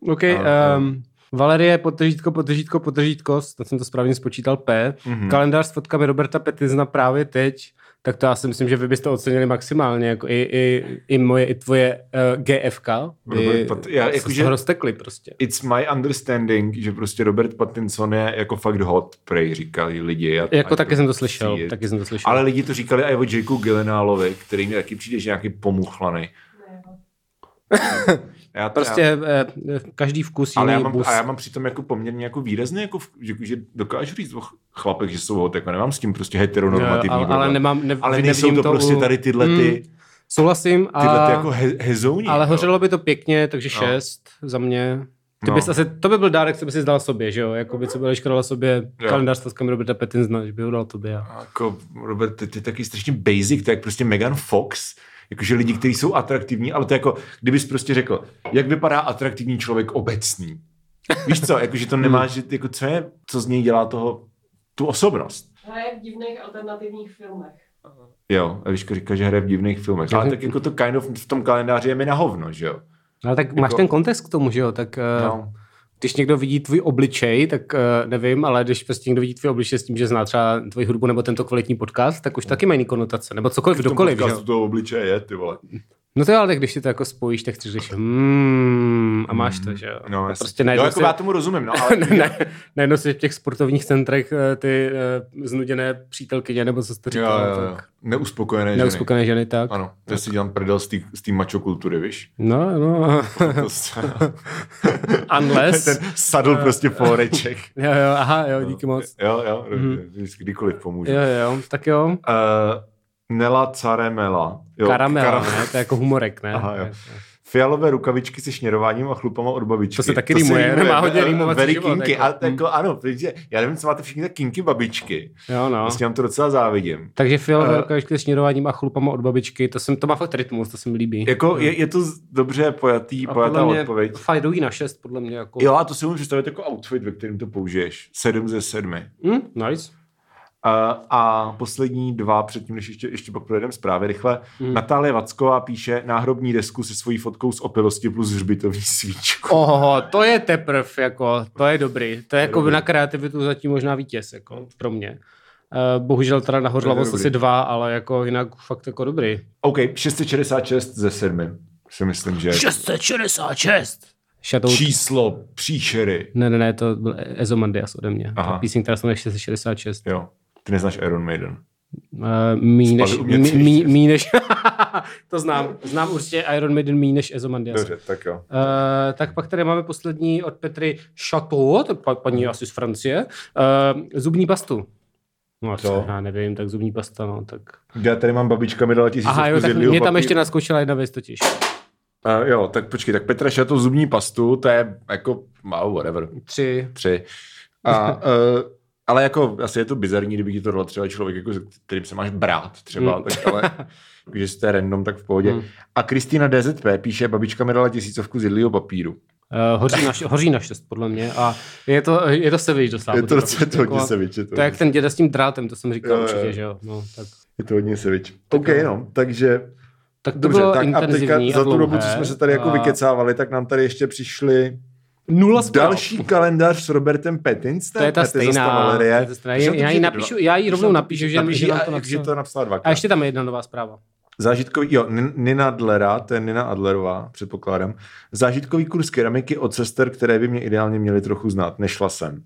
A: OK.
B: Ano.
A: Um, Valerie, potržítko, potržítko, potržítko, snad jsem to správně spočítal, P.
B: Mhm.
A: Mm-hmm. Kalendář s fotkami Roberta Petizna právě teď, tak to já si myslím, že vy byste ocenili maximálně, jako i, i, i moje, i tvoje uh, GFK. Vy
B: Robert Pat- já
A: jste
B: jakože-
A: se roztekli prostě.
B: It's my understanding, že prostě Robert Pattinson je jako fakt hot, prej říkali lidi. A,
A: Jako
B: a
A: taky jsem to slyšel,
B: přijít.
A: taky jsem to slyšel.
B: Ale lidi to říkali i o Jakeu Gyllenhaalovi, který mi taky přijde, že nějaký pomuchlaný.
D: Ne, jo.
B: Já,
A: Prostě
B: já,
A: eh, eh, každý vkus jiný
B: ale já mám,
A: bus.
B: a já mám přitom jako poměrně jako výrazně, jako, v- že, že dokážu říct o ch- chlapech, že jsou hot, jako nemám s tím prostě heteronormativní.
A: Eh, ale, ale,
B: problém.
A: nemám, ne,
B: ale nejsou
A: nevidím
B: to, prostě
A: u-
B: tady tyhle ty,
A: Mm, souhlasím. A...
B: tyhle ty jako he, hezouní.
A: Ale
B: jo.
A: hořelo by to pěkně, takže
B: No.
A: šest za mě. Ty
B: No.
A: bys asi, to by byl dárek, co by si dal sobě, že jo? Jako by co by dala sobě
B: Jo.
A: kalendář s taskami Roberta Pattinsona, že by ho dal tobě. a-
B: Jako, Robert, ty, ty taky strašně basic, to je jak prostě Megan Fox, jakože lidi, kteří jsou atraktivní, ale to je jako, kdybys prostě řekl, jak vypadá atraktivní člověk obecný. Víš co, jakože to nemá, že, jako co je, co z něj dělá toho, tu osobnost.
D: Hraje v divných alternativních filmech.
B: Jo, a Eliška říká, že hraje v divných filmech, ale tak jako to kind of v tom kalendáři je mi na hovno, že jo.
A: Ale tak máš ten kontext k tomu, že jo? Tak eh,
B: Jako- No.
A: když někdo vidí tvůj obličej, tak eh, nevím, ale když prostě někdo vidí tvůj obličej s tím, že zná třeba tvoji hudbu nebo tento kvalitní podcast, tak už
B: No.
A: taky má jiný konotace, nebo cokoliv, kdokoliv, že jo?
B: to obličeje je, ty vole.
A: No to jo, ale tak když si to jako spojíš, tak si říkáš, hmm, a máš to, že jo?
B: No,
A: a
B: jasně.
A: prostě
B: jo,
A: najednou
B: jako
A: si-
B: já tomu rozumím, no, ale
A: ne, najednou si v těch sportovních centrech eh, ty eh, znuděné přítelkyně, nebo co jste
B: jo,
A: říkal,
B: jo, jo. neuspokojené ženy.
A: neuspokojené ženy, tak.
B: Ano, to si dělám prdel z té- z té mačokultury, víš?
A: No, no, unless.
B: Ten sadl prostě foreček.
A: Jo, jo, aha,
B: No.
A: jo, díky moc. Mhm.
B: Jo, jo, vždycky kdykoliv pomůže.
A: Jo,
B: Uh,
A: jo, tak jo.
B: Nela Caremela. Jo,
A: Karamel,
B: karam-
A: ne? To je jako humorek, ne?
B: Aha, jo. Fialové rukavičky se šněrováním a chlupama od babičky.
A: To se taky rýmuje, nemá hodně rýmovací
B: eh, Very
A: život,
B: kinky.
A: jako.
B: A, jako, ano, protože já nevím, co máte všichni tak kinky babičky.
A: Jo, no.
B: Vlastně vám to docela závidím.
A: Takže fialové
B: Eh.
A: rukavičky s šněrováním a chlupama od babičky, to, jsem, to má fakt rytmus, to se mi líbí.
B: Jako je, je to z- dobře pojatý,
A: Mhm. A
B: pojatá
A: podle mě
B: odpověď.
A: Fajdují na šest, podle mě. Jako.
B: Jo, a to si můžu představit jako outfit, ve kterém to použiješ. Sedm ze sedmi.
A: Hm, nice.
B: A, Eh, a poslední dva, předtím, než ještě, ještě pak projedeme zprávy rychle.
A: Mm.
B: Mm. Natálie Vacková píše náhrobní desku se svojí fotkou z opilosti plus hřbitovní svíčku.
A: Oho, to je teprv, jako, to je dobrý. To je jako
B: dobrý.
A: na kreativitu zatím možná vítěz, jako, pro mě. Eh, Bohužel teda nahořlavost
B: dobrý.
A: asi dva, ale jako jinak fakt jako dobrý.
B: OK, 666 ze 7 si myslím, že je
A: 666! Shadow...
B: číslo příšery.
A: Ne, ne, ne, to byl Ezomandias ode mě.
B: Aha.
A: Ta písniň, která se jmenuje 666.
B: Jo, ty neznáš Iron Maiden.
A: Eh, Míň než...
B: Spadl u mě
A: mí-
B: tři.
A: mí- Míň než... to znám. Znám určitě Iron Maiden míň než Ezomandias.
B: Dobře, tak jo.
A: Uh, tak pak tady máme poslední od Petry Chateau, to je pa, paní asi z Francie, uh, zubní pastu. No,
B: To?
A: já nevím, tak zubní pasta, no, tak...
B: Já tady mám babička mi dala tisíc.
A: Aha, jo, tak mě tam ještě naskočila jedna věc totiž.
B: A, Eh, jo, tak počkej, tak Petra Šato zubní pastu, to je jako, wow, whatever.
A: Tři.
B: tři. A, uh, ale jako asi je to bizarní, kdyby ti to dal třeba člověk, jako, se kterým se máš brát třeba,
A: Mm.
B: mm. tak ale když jste random, tak v pohodě.
A: Mm.
B: Mm. A Kristýna DZP píše, babička mi dala tisícovku z jedlýho papíru.
A: Uh, hoří, na, š- hoří na šest, podle mě. A je to, je to se víš dosáhnout.
B: je to docela to hodně
A: Taková-
B: sevič. Je to,
A: To je jak ten děda s tím drátem, to jsem říkal
B: Jo, jo.
A: určitě, že jo. No, tak.
B: je to hodně sevič.
A: Tak
B: OK,
A: jo.
B: no, takže
A: tak to
B: dobře,
A: bylo
B: tak a
A: intenzivní
B: teďka za tu
A: dlouhé.
B: dobu, co jsme se tady jako
A: A
B: vykecávali, tak nám tady ještě přišli
A: Nula zpráv.
B: další kalendář s Robertem Pattinsonem.
A: To je ta
B: a ty zase
A: stejná.
B: Valerie.
A: to je ta stejná.
B: Přišel
A: Já,
B: to
A: ji
B: před-
A: napíšu, já ji
B: přišel
A: rovnou
B: to-
A: napíšu, že,
B: napíši
A: že nám
B: a-
A: to
B: že to
A: napsal. A
B: napsala dvakrát.
A: ještě tam je jedna nová zpráva.
B: Zážitkový, jo, N- Nina Dlera, to je Nina Adlerová, předpokládám. Zážitkový kurz keramiky od sester, které by mě ideálně měly trochu znát. Nešla jsem.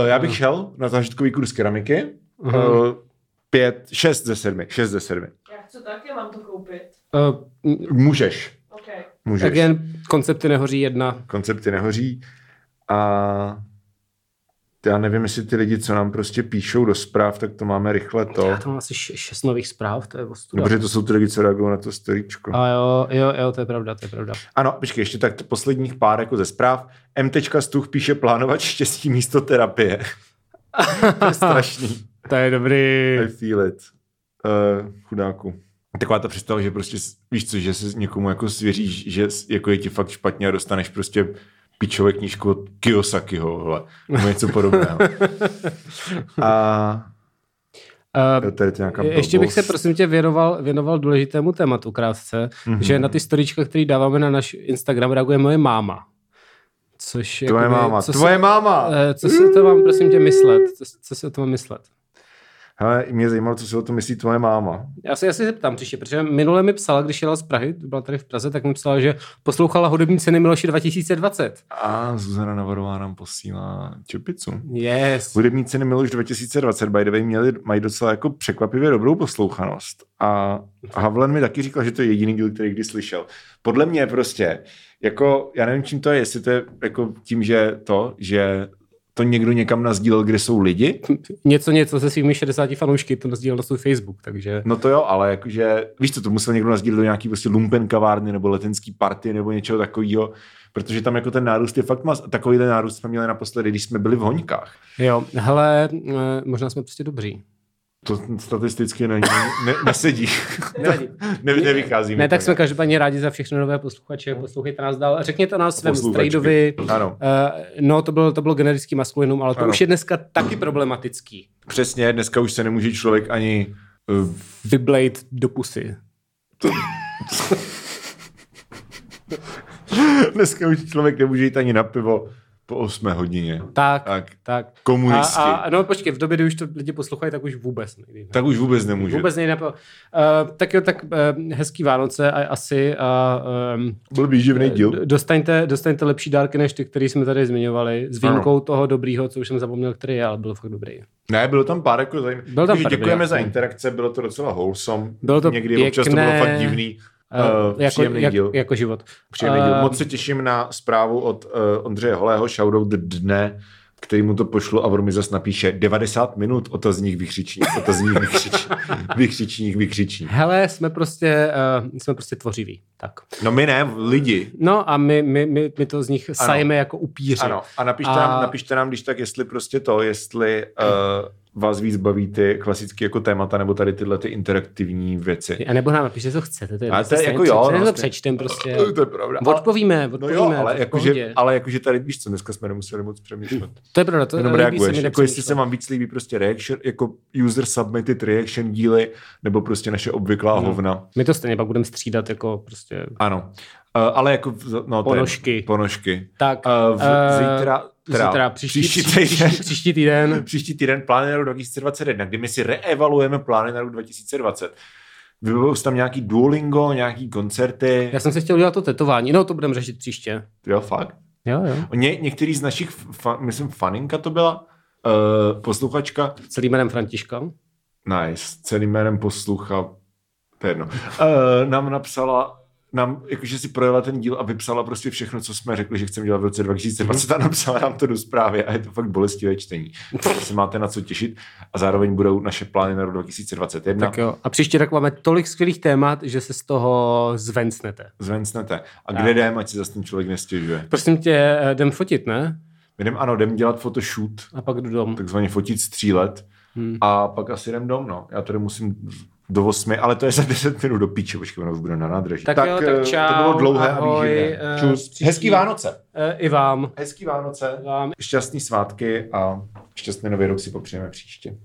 B: Uh, já bych
A: Eh.
B: šel na zážitkový kurz keramiky.
A: Aha.
B: Uh, pět, šest ze sedmi. Šest ze sedmi.
D: Já chci taky, mám to koupit.
A: Uh,
B: Můžeš.
D: OK.
B: Můžeš.
A: tak jen koncepty nehoří jedna.
B: Koncepty nehoří. A já nevím, jestli ty lidi, co nám prostě píšou do zpráv, tak to máme rychle to.
A: Já tam mám asi š- šest nových zpráv, to je ostuda.
B: Dobře, to jsou ty lidi, co reagují na to storíčko.
A: A jo, jo, jo, to je pravda, to je pravda.
B: Ano, počkej, ještě tak t- posledních pár jako ze zpráv. M. Stuch píše plánovat štěstí místo terapie. to je strašný.
A: To je dobrý.
B: I feel it. Uh, chudáku. Taková ta představa, že prostě s- víš co, že se někomu jako svěříš, že s- jako je ti fakt špatně a dostaneš prostě pičové knížku od Kiyosakiho, hle, nebo něco podobného. a
A: Uh,
B: jo, tady to je nějaká
A: ještě bych se prostě
B: blbost.
A: prosím tě věnoval, věnoval důležitému tématu krátce,
B: Mhm.
A: mm-hmm. že na ty storička, které dáváme na náš Instagram, reaguje moje máma. Což
B: Tvoje
A: jakoby-
B: máma,
A: co Eh.
B: tvoje
A: si,
B: máma!
A: eh, Co si o to mám prosím tě myslet? Co, co si o to mám myslet?
B: Hele, mě zajímalo, co si o tom myslí tvoje máma.
A: Já se, já se zeptám příště, protože minule mi psala, když jela z Prahy, byla tady v Praze, tak mi psala, že poslouchala hudební ceny Miloši 2020.
B: A Zuzana Navarová nám posílá čepicu.
A: Yes.
B: Hudební ceny Miloš 2020 by the way, měli, mají docela jako překvapivě dobrou poslouchanost. A Havlen mi taky říkal, že to je jediný díl, který kdy slyšel. Podle mě prostě, jako, já nevím, čím to je, jestli to je jako tím, že to, že to někdo někam nazdílel, kde jsou lidi.
A: Něco, něco se svými 60 fanoušky, to sdílel na svůj Facebook, takže...
B: No to jo, ale jakože, víš co, to musel někdo nazdílet do nějaký prostě lumpen kavárny nebo letenský party nebo něčeho takového, protože tam jako ten nárůst je fakt mas... Takový ten nárůst jsme měli naposledy, když jsme byli v Hoňkách.
A: Jo, hele, eh, možná jsme prostě dobří.
B: To statisticky není, ne, nesedí.
A: Nevadí.
B: ne, nevychází.
A: Ne,
B: mi
A: tak
B: to.
A: jsme každopádně rádi za všechny nové posluchače, poslouchejte nás dál. Řekněte nás svém
B: No. Posluchačky.
A: strejdovi.
B: Ano,
A: Eh, no, to bylo, to bylo generický maskulinum, ale to
B: Ano.
A: už je dneska taky problematický.
B: přesně, dneska už se nemůže člověk ani... eh,
A: Vyblejt do pusy.
B: eh, Dneska už člověk nemůže jít ani na pivo po 8 hodině.
A: Tak, tak.
B: Tak,
A: tak.
B: komunisti.
A: A, a, no počkej, v době, kdy už to lidi poslouchají, tak už vůbec nejde.
B: tak už vůbec nemůže.
A: Vůbec nejde. Uh, tak jo, tak uh, hezký Vánoce a, asi a um,
B: Byl výživný
A: Eh,
B: díl.
A: dostaňte, dostaňte lepší dárky než ty, které jsme tady zmiňovali. S výjimkou toho dobrýho, co už jsem zapomněl, který je, ale byl fakt dobrý. Eh,
B: Ne, bylo tam pár jako zajímavých.
A: Byl tam
B: Takže
A: pár
B: děkujeme
A: dobrý,
B: za
A: jo.
B: interakce, bylo to docela wholesome.
A: Bylo to
B: Někdy občas to bylo
A: pěkné.
B: fakt divný. Uh,
A: jako,
B: příjemný
A: jak,
B: díl.
A: jako život.
B: Příjemný díl.
A: Eh,
B: Moc se těším na zprávu od uh, Ondřeje Holého, shoutout dne, který mu to pošlu a on mi zase napíše 90 minut, otazník, vykřičník, otazník, vykřičník, vykřičník, vykřičník.
A: Hele, jsme prostě, uh, jsme prostě tvořiví. Tak.
B: No my ne, lidi.
A: No a my, my, my, my to z nich ano. sajeme jako upíři.
B: Ano, a napište, a...
A: A-
B: Nám, napište nám, když tak, jestli prostě to, jestli uh, vás víc baví ty klasické jako témata, nebo tady tyhle ty interaktivní věci.
A: A nebo nám napište, co chcete. To je,
B: Ale
A: jedno,
B: to je
A: stejně
B: jako jo,
A: přečteme,
B: no,
A: to
B: stejně.
A: přečtem prostě.
B: To je pravda. Ale-
A: Odpovíme,
B: No
A: odpovíme.
B: jo, ale
A: to je v
B: jakože,
A: pohodě.
B: ale jakože tady, víš co, dneska jsme nemuseli moc přemýšlet.
A: To je pravda, to
B: Jenom
A: líbí se
B: reaguješ,
A: mi
B: jako jestli se
A: nepřemýšlet.
B: vám víc líbí prostě reaction, jako user submitted reaction díly, nebo prostě naše obvyklá
A: Hmm.
B: hovna.
A: My to stejně pak budeme střídat jako prostě
B: Ano. Uh, ale jako, v- no, to je-
A: Ponožky.
B: Ponožky.
A: tak.
B: Uh, v,
A: eh,
B: zítra, teda,
A: zítra, příští,
B: příští,
A: příští,
B: týden.
A: příští, příští týden.
B: příští týden plány na rok 2021, kdy my si reevaluujeme plány na rok 2020. Vybavil jsi tam nějaký Duolingo, nějaký koncerty.
A: Já jsem se chtěl udělat to tetování, no to budeme řešit příště.
B: Jo, fakt.
A: Jo, jo.
B: Ně, některý z našich, fa, myslím, faninka to byla, uh, posluchačka,
A: Celý jménem Františka.
B: No. nice, celým jménem poslucha, to je jedno, uh, nám napsala, nám, jakože si projela ten díl a vypsala prostě všechno, co jsme řekli, že chceme dělat v roce
A: Mhm.
B: 2020 a napsala nám to do zprávy a je to fakt bolestivé čtení. Takže se máte na co těšit a zároveň budou naše plány na rok 2021.
A: Tak jo. A příště tak máme tolik skvělých témat, že se z toho zvencnete.
B: zvencnete. A
A: Tak.
B: kde jdem, ať si zase ten člověk nestěžuje.
A: Prosím tě, eh, jdem fotit, ne?
B: My jdem, ano, jdem dělat photoshoot,
A: A pak jdu domů.
B: takzvaně fotit, střílet.
A: Hmm.
B: A pak asi jdem dom, no. Já tady musím do 8, ale to je za 10 minut do píče, počkej, ono už bude na nádraží.
A: Tak jo, tak
B: eh, to
A: čau,
B: bylo dlouhé
A: ahoj,
B: a výživné.
A: eh,
B: Čus.
A: příští-
B: Hezký Vánoce.
A: E, I vám.
B: Hezký Vánoce.
A: Vám.
B: Šťastný svátky a šťastný nový rok si popřejeme příště.